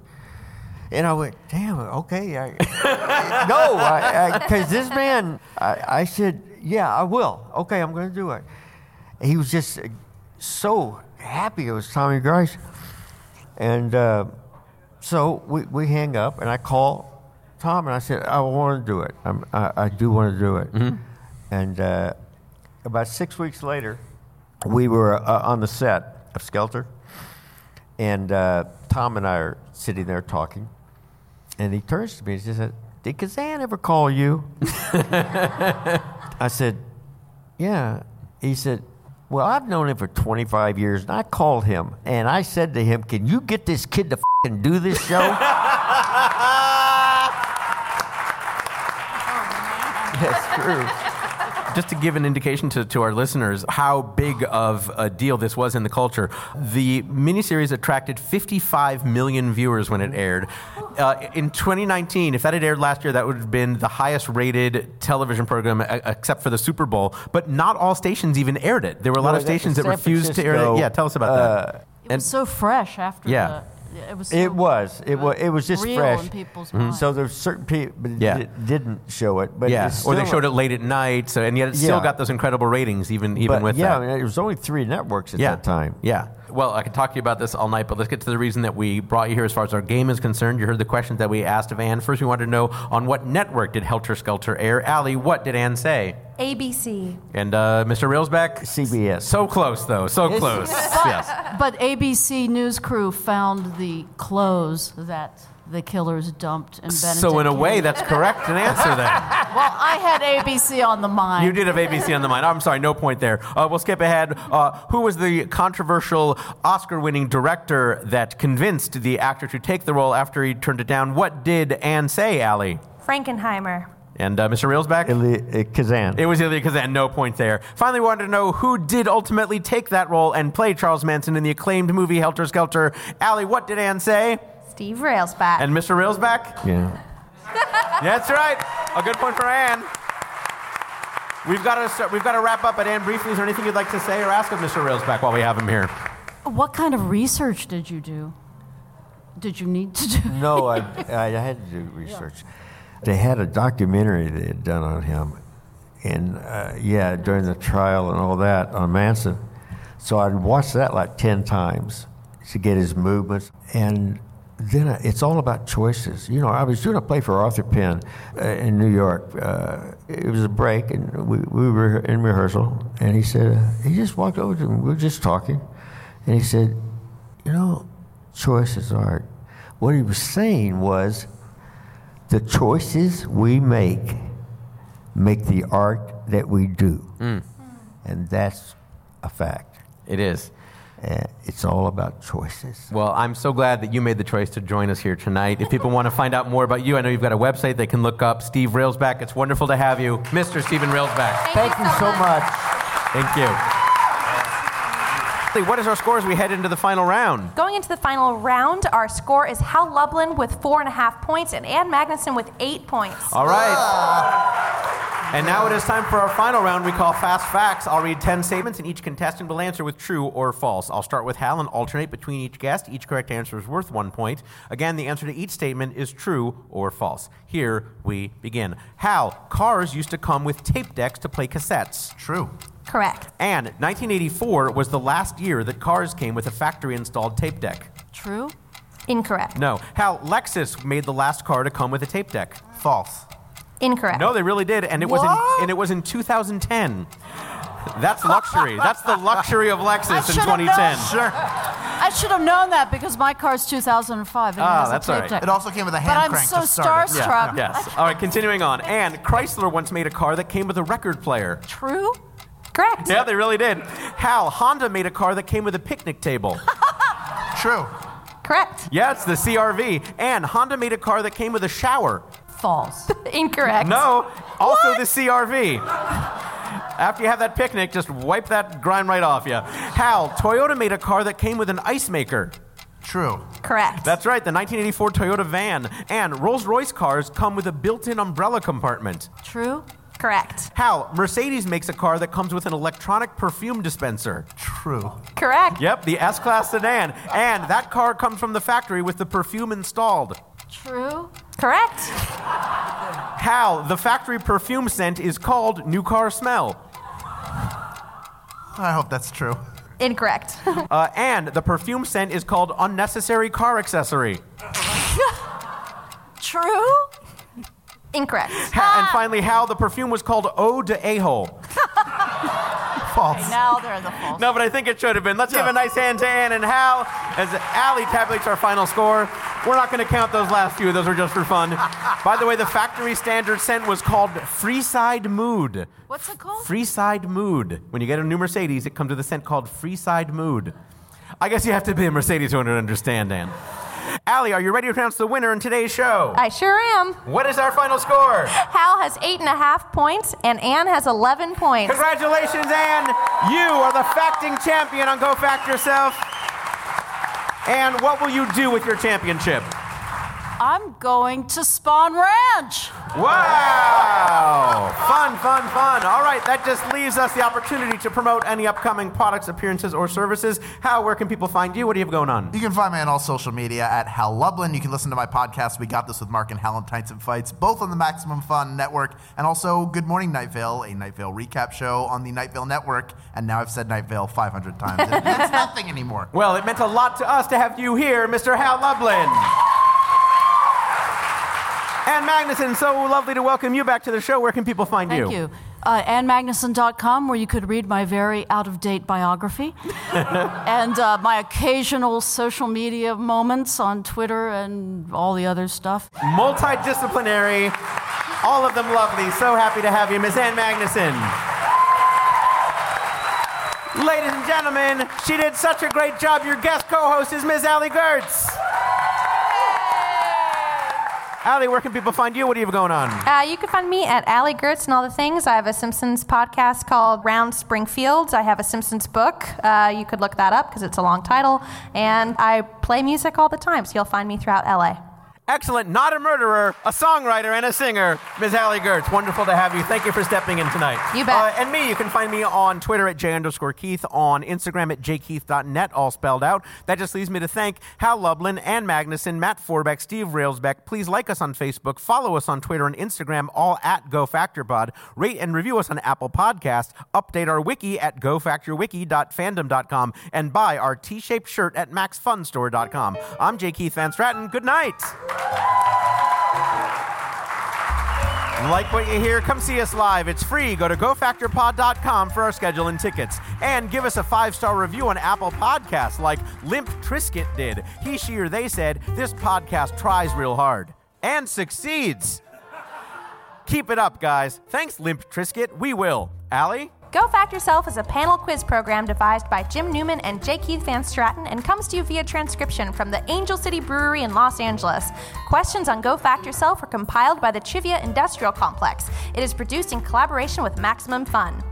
S17: And I went, damn, okay. I, no, because this man, I, I said, yeah, I will. Okay, I'm going to do it. He was just uh, so happy it was Tommy Grice. And uh, so we, we hang up, and I call Tom, and I said, I want to do it. I'm, I, I do want to do it. And uh, about six weeks later, we were uh, on the set of Skelter, and uh, Tom and I are sitting there talking, and he turns to me and he says, "Did Kazan ever call you?" I said, "Yeah." He said, "Well, I've known him for 25 years, and I called him and I said to him, "Can you get this kid to fing do this show?" That's true.
S1: Just to give an indication to, to our listeners how big of a deal this was in the culture, the miniseries attracted 55 million viewers when it aired. Uh, in 2019, if that had aired last year, that would have been the highest rated television program e- except for the Super Bowl. But not all stations even aired it. There were a lot
S17: No,
S1: of
S17: that-
S1: stations that
S17: San
S1: refused to air it.
S17: Francisco, uh,
S1: Yeah, tell us about that.
S4: It was so fresh after
S1: Yeah.
S4: the. It was.
S17: It
S4: so
S17: was. It was. It was just
S4: uh, real
S17: fresh.
S4: in people's
S1: Mm-hmm.
S17: Mhm.
S4: minds.
S17: So there's certain people
S1: Yeah.
S17: that didn't show it, but
S1: yeah,
S17: it's
S1: or they
S17: still-
S1: showed it late at night, so and yet it still
S17: Yeah.
S1: got those incredible ratings, even even
S17: but
S1: with
S17: yeah,
S1: that.
S17: I mean, it was only three networks at
S1: Yeah.
S17: that time.
S1: Yeah. Well, I could talk to you about this all night, but let's get to the reason that we brought you here as far as our game is concerned. You heard the questions that we asked of Anne. First, we wanted to know on what network did Helter Skelter air? Allie, what did Anne say?
S4: ABC.
S1: And uh, Mr. Railsback?
S17: CBS.
S1: So close, though. So
S4: It's-
S1: close.
S4: But,
S1: yes.
S4: but ABC news crew found the clothes that the killers dumped in Benedict.
S1: So, in a way,
S4: County.
S1: that's correct an answer then.
S4: well, I had ABC on the mind.
S1: You did have ABC on the mind. I'm sorry, no point there. Uh, we'll skip ahead. Uh, who was the controversial Oscar winning director that convinced the actor to take the role after he turned it down? What did Anne say, Allie?
S2: Frankenheimer.
S1: And uh, Mr. Reels back?
S17: Kazan.
S1: It was Ilya Kazan, no point there. Finally, we wanted to know who did ultimately take that role and play Charles Manson in the acclaimed movie Helter Skelter. Allie, what did Ann say?
S2: Steve Rails back.
S1: And Mr. Reels back?
S17: Yeah.
S1: That's right. A good point for Ann. We've got to start, we've got to wrap up. But Ann, briefly, is there anything you'd like to say or ask of Mr. Reels back while we have him here?
S4: What kind of research did you do? Did you need to do?
S17: No, I, I had to do research. They had a documentary they had done on him, and uh, yeah, during the trial and all that on Manson. So I'd watched that like 10 times to get his movements. And then I, it's all about choices. You know, I was doing a play for Arthur Penn uh, in New York. Uh, it was a break, and we, we were in rehearsal. And he said, uh, he just walked over to me, we were just talking. And he said, you know, choices are. What he was saying was the choices we make make the art that we do. And that's a fact.
S1: It is.
S17: it's all about choices.
S1: Well, I'm so glad that you made the choice to join us here tonight. If people want to find out more about you, I know you've got a website they can look up. Steve Railsback, it's wonderful to have you. Mr. Steven Railsback.
S17: Thank, you so much.
S1: Thank you. What is our score as we head into the final round?
S2: Going into the final round, our score is Hal Lublin with four and a half points and Ann Magnuson with eight points.
S1: All right. And now it is time for our final round we call Fast Facts. I'll read 10 statements, and each contestant will answer with true or false. I'll start with Hal and alternate between each guest. Each correct answer is worth one point. Again, the answer to each statement is true or false. Here we begin. Hal, cars used to come with tape decks to play cassettes. True.
S2: Correct.
S1: And 1984 was the last year that cars came with a factory installed tape deck.
S4: True?
S2: Incorrect.
S1: No. Hal, Lexus made the last car to come with a tape deck. False.
S2: Incorrect.
S1: No, they really did, and it was in, and it was in 2010. That's luxury. That's the luxury of
S4: I
S1: Lexus in
S4: should have
S1: 2010.
S4: known. I should have known that because my car's 2005 and it
S1: Ah,
S4: has
S1: that's
S4: a tape
S1: all right.
S4: deck.
S1: It also came
S3: with a
S4: But I'm so starstruck.
S1: Yes. All right, continuing on. And Chrysler once made a car that came with a record player.
S4: True?
S2: Correct.
S1: Yeah, they really did. Hal, Honda made a car that came with a picnic table. True.
S2: Correct.
S1: Yeah, it's the CRV. And Honda made a car that came with a shower.
S4: False.
S2: Incorrect.
S1: No, also the CRV. After you have that picnic, just wipe that grime right off you. Hal, Toyota made a car that came with an ice maker. True.
S2: Correct.
S1: That's right, the 1984 Toyota van. And Rolls Royce cars come with a built in umbrella compartment.
S4: True?
S2: Correct.
S1: Hal, Mercedes makes a car that comes with an electronic perfume dispenser. True.
S2: Correct.
S1: Yep, the S Class sedan. And that car comes from the factory with the perfume installed.
S4: True?
S2: Correct.
S1: Hal, the factory perfume scent is called New Car Smell. I hope that's true.
S2: Incorrect.
S1: Uh, and the perfume scent is called Unnecessary Car Accessory.
S4: True?
S2: Incorrect.
S1: Ha- and finally, Hal, the perfume was called Ode to A Hole. False.
S4: Okay, now they're the false.
S1: No, but I think it should have been. Let's give a nice hand to Ann and Hal as Allie tabulates our final score. We're not going to count those last few, those were just for fun. By the way, the factory standard scent was called Freeside Mood.
S4: What's it called?
S1: Freeside Mood. When you get a new Mercedes, it comes with a scent called Freeside Mood. I guess you have to be a Mercedes owner to understand, Ann. Allie, are you ready to pronounce the winner in today's show?
S2: I sure am.
S1: What is our final score?
S2: Hal has eight and a half points, and Anne has 11 points.
S1: Congratulations, Anne! You are the facting champion on Go Fact Yourself. And what will you do with your championship?
S4: I'm going to Spawn Ranch.
S1: Wow! Fun, fun, fun. All right, that just leaves us the opportunity to promote any upcoming products, appearances, or services. How, where can people find you? What do you have going on?
S3: You can find me on all social media at Hal Lublin. You can listen to my podcast, We Got This with Mark and Hal and Pints and Fights, both on the Maximum Fun Network, and also Good Morning Night Vale, a Night Vale recap show on the Night Vale Network. And now I've said Night Vale 500 times. It means nothing anymore.
S1: Well, it meant a lot to us to have you here, Mr. Hal Lublin. Anne Magnuson, so lovely to welcome you back to the show. Where can people find
S4: Thank you. Uh, AnnMagnuson.com, where you could read my very out of date biography and uh, my occasional social media moments on Twitter and all the other stuff.
S1: multidisciplinary, all of them lovely. So happy to have you, Miss Ann Magnuson. Ladies and gentlemen, she did such a great job. Your guest co-host is Ms. Allie Gertz. Allie, where can people find you? What do you have going on?
S2: Uh, you can find me at Allie Gertz and all the things. I have a Simpsons podcast called Round Springfield. I have a Simpsons book. Uh, you could look that up because it's a long title. And I play music all the time, so you'll find me throughout LA.
S1: Excellent, not a murderer, a songwriter, and a singer, Ms. Allie Gertz. Wonderful to have you. Thank you for stepping in tonight.
S2: You bet.
S1: Uh, and me, you can find me on Twitter at j underscore Keith, on Instagram at jkeith.net, all spelled out. That just leaves me to thank Hal Lublin, Ann Magnuson, Matt Forbeck, Steve Railsbeck. Please like us on Facebook, follow us on Twitter and Instagram, all at GoFactorPod. Rate and review us on Apple Podcast. Update our wiki at gofactorwiki.fandom.com and buy our T-shaped shirt at maxfunstore.com. I'm J. Keith Van Stratton. Good night. Like what you hear? Come see us live. It's free. Go to gofactorpod.com for our schedule and tickets. And give us a five star review on Apple Podcasts like Limp Trisket did. He, she, or they said, This podcast tries real hard and succeeds. Keep it up, guys. Thanks, Limp Trisket. We will. Allie?
S2: Go Fact Yourself is a panel quiz program devised by Jim Newman and J. Keith Van Stratton and comes to you via transcription from the Angel City Brewery in Los Angeles. Questions on Go Fact Yourself are compiled by the Trivia Industrial Complex. It is produced in collaboration with Maximum Fun.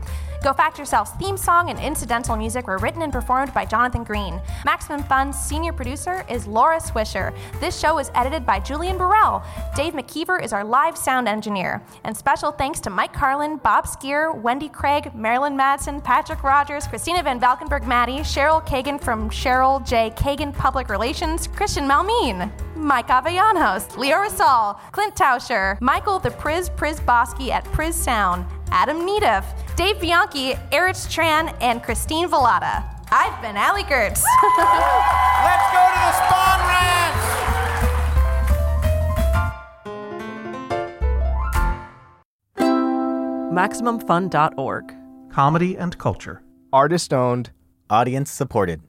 S2: Go Fact Yourself's theme song and incidental music were written and performed by Jonathan Green. Maximum Fun's senior producer is Laura Swisher. This show is edited by Julian Burrell. Dave McKeever is our live sound engineer. And special thanks to Mike Carlin, Bob Skier, Wendy Craig, Marilyn Madsen, Patrick Rogers, Christina Van Valkenburg Maddie, Cheryl Kagan from Cheryl J. Kagan Public Relations, Christian Malmeen, Mike Avellanos, Leo Rasal, Clint Tauscher, Michael the Priz Priz Bosky at Priz Sound, Adam Neediff, Dave Bianchi, Erich Tran, and Christine Velada. I've been Allie Gertz.
S1: Let's go to the Spawn Ranch!
S5: MaximumFun.org.
S10: Comedy and culture.
S18: Artist owned, audience supported.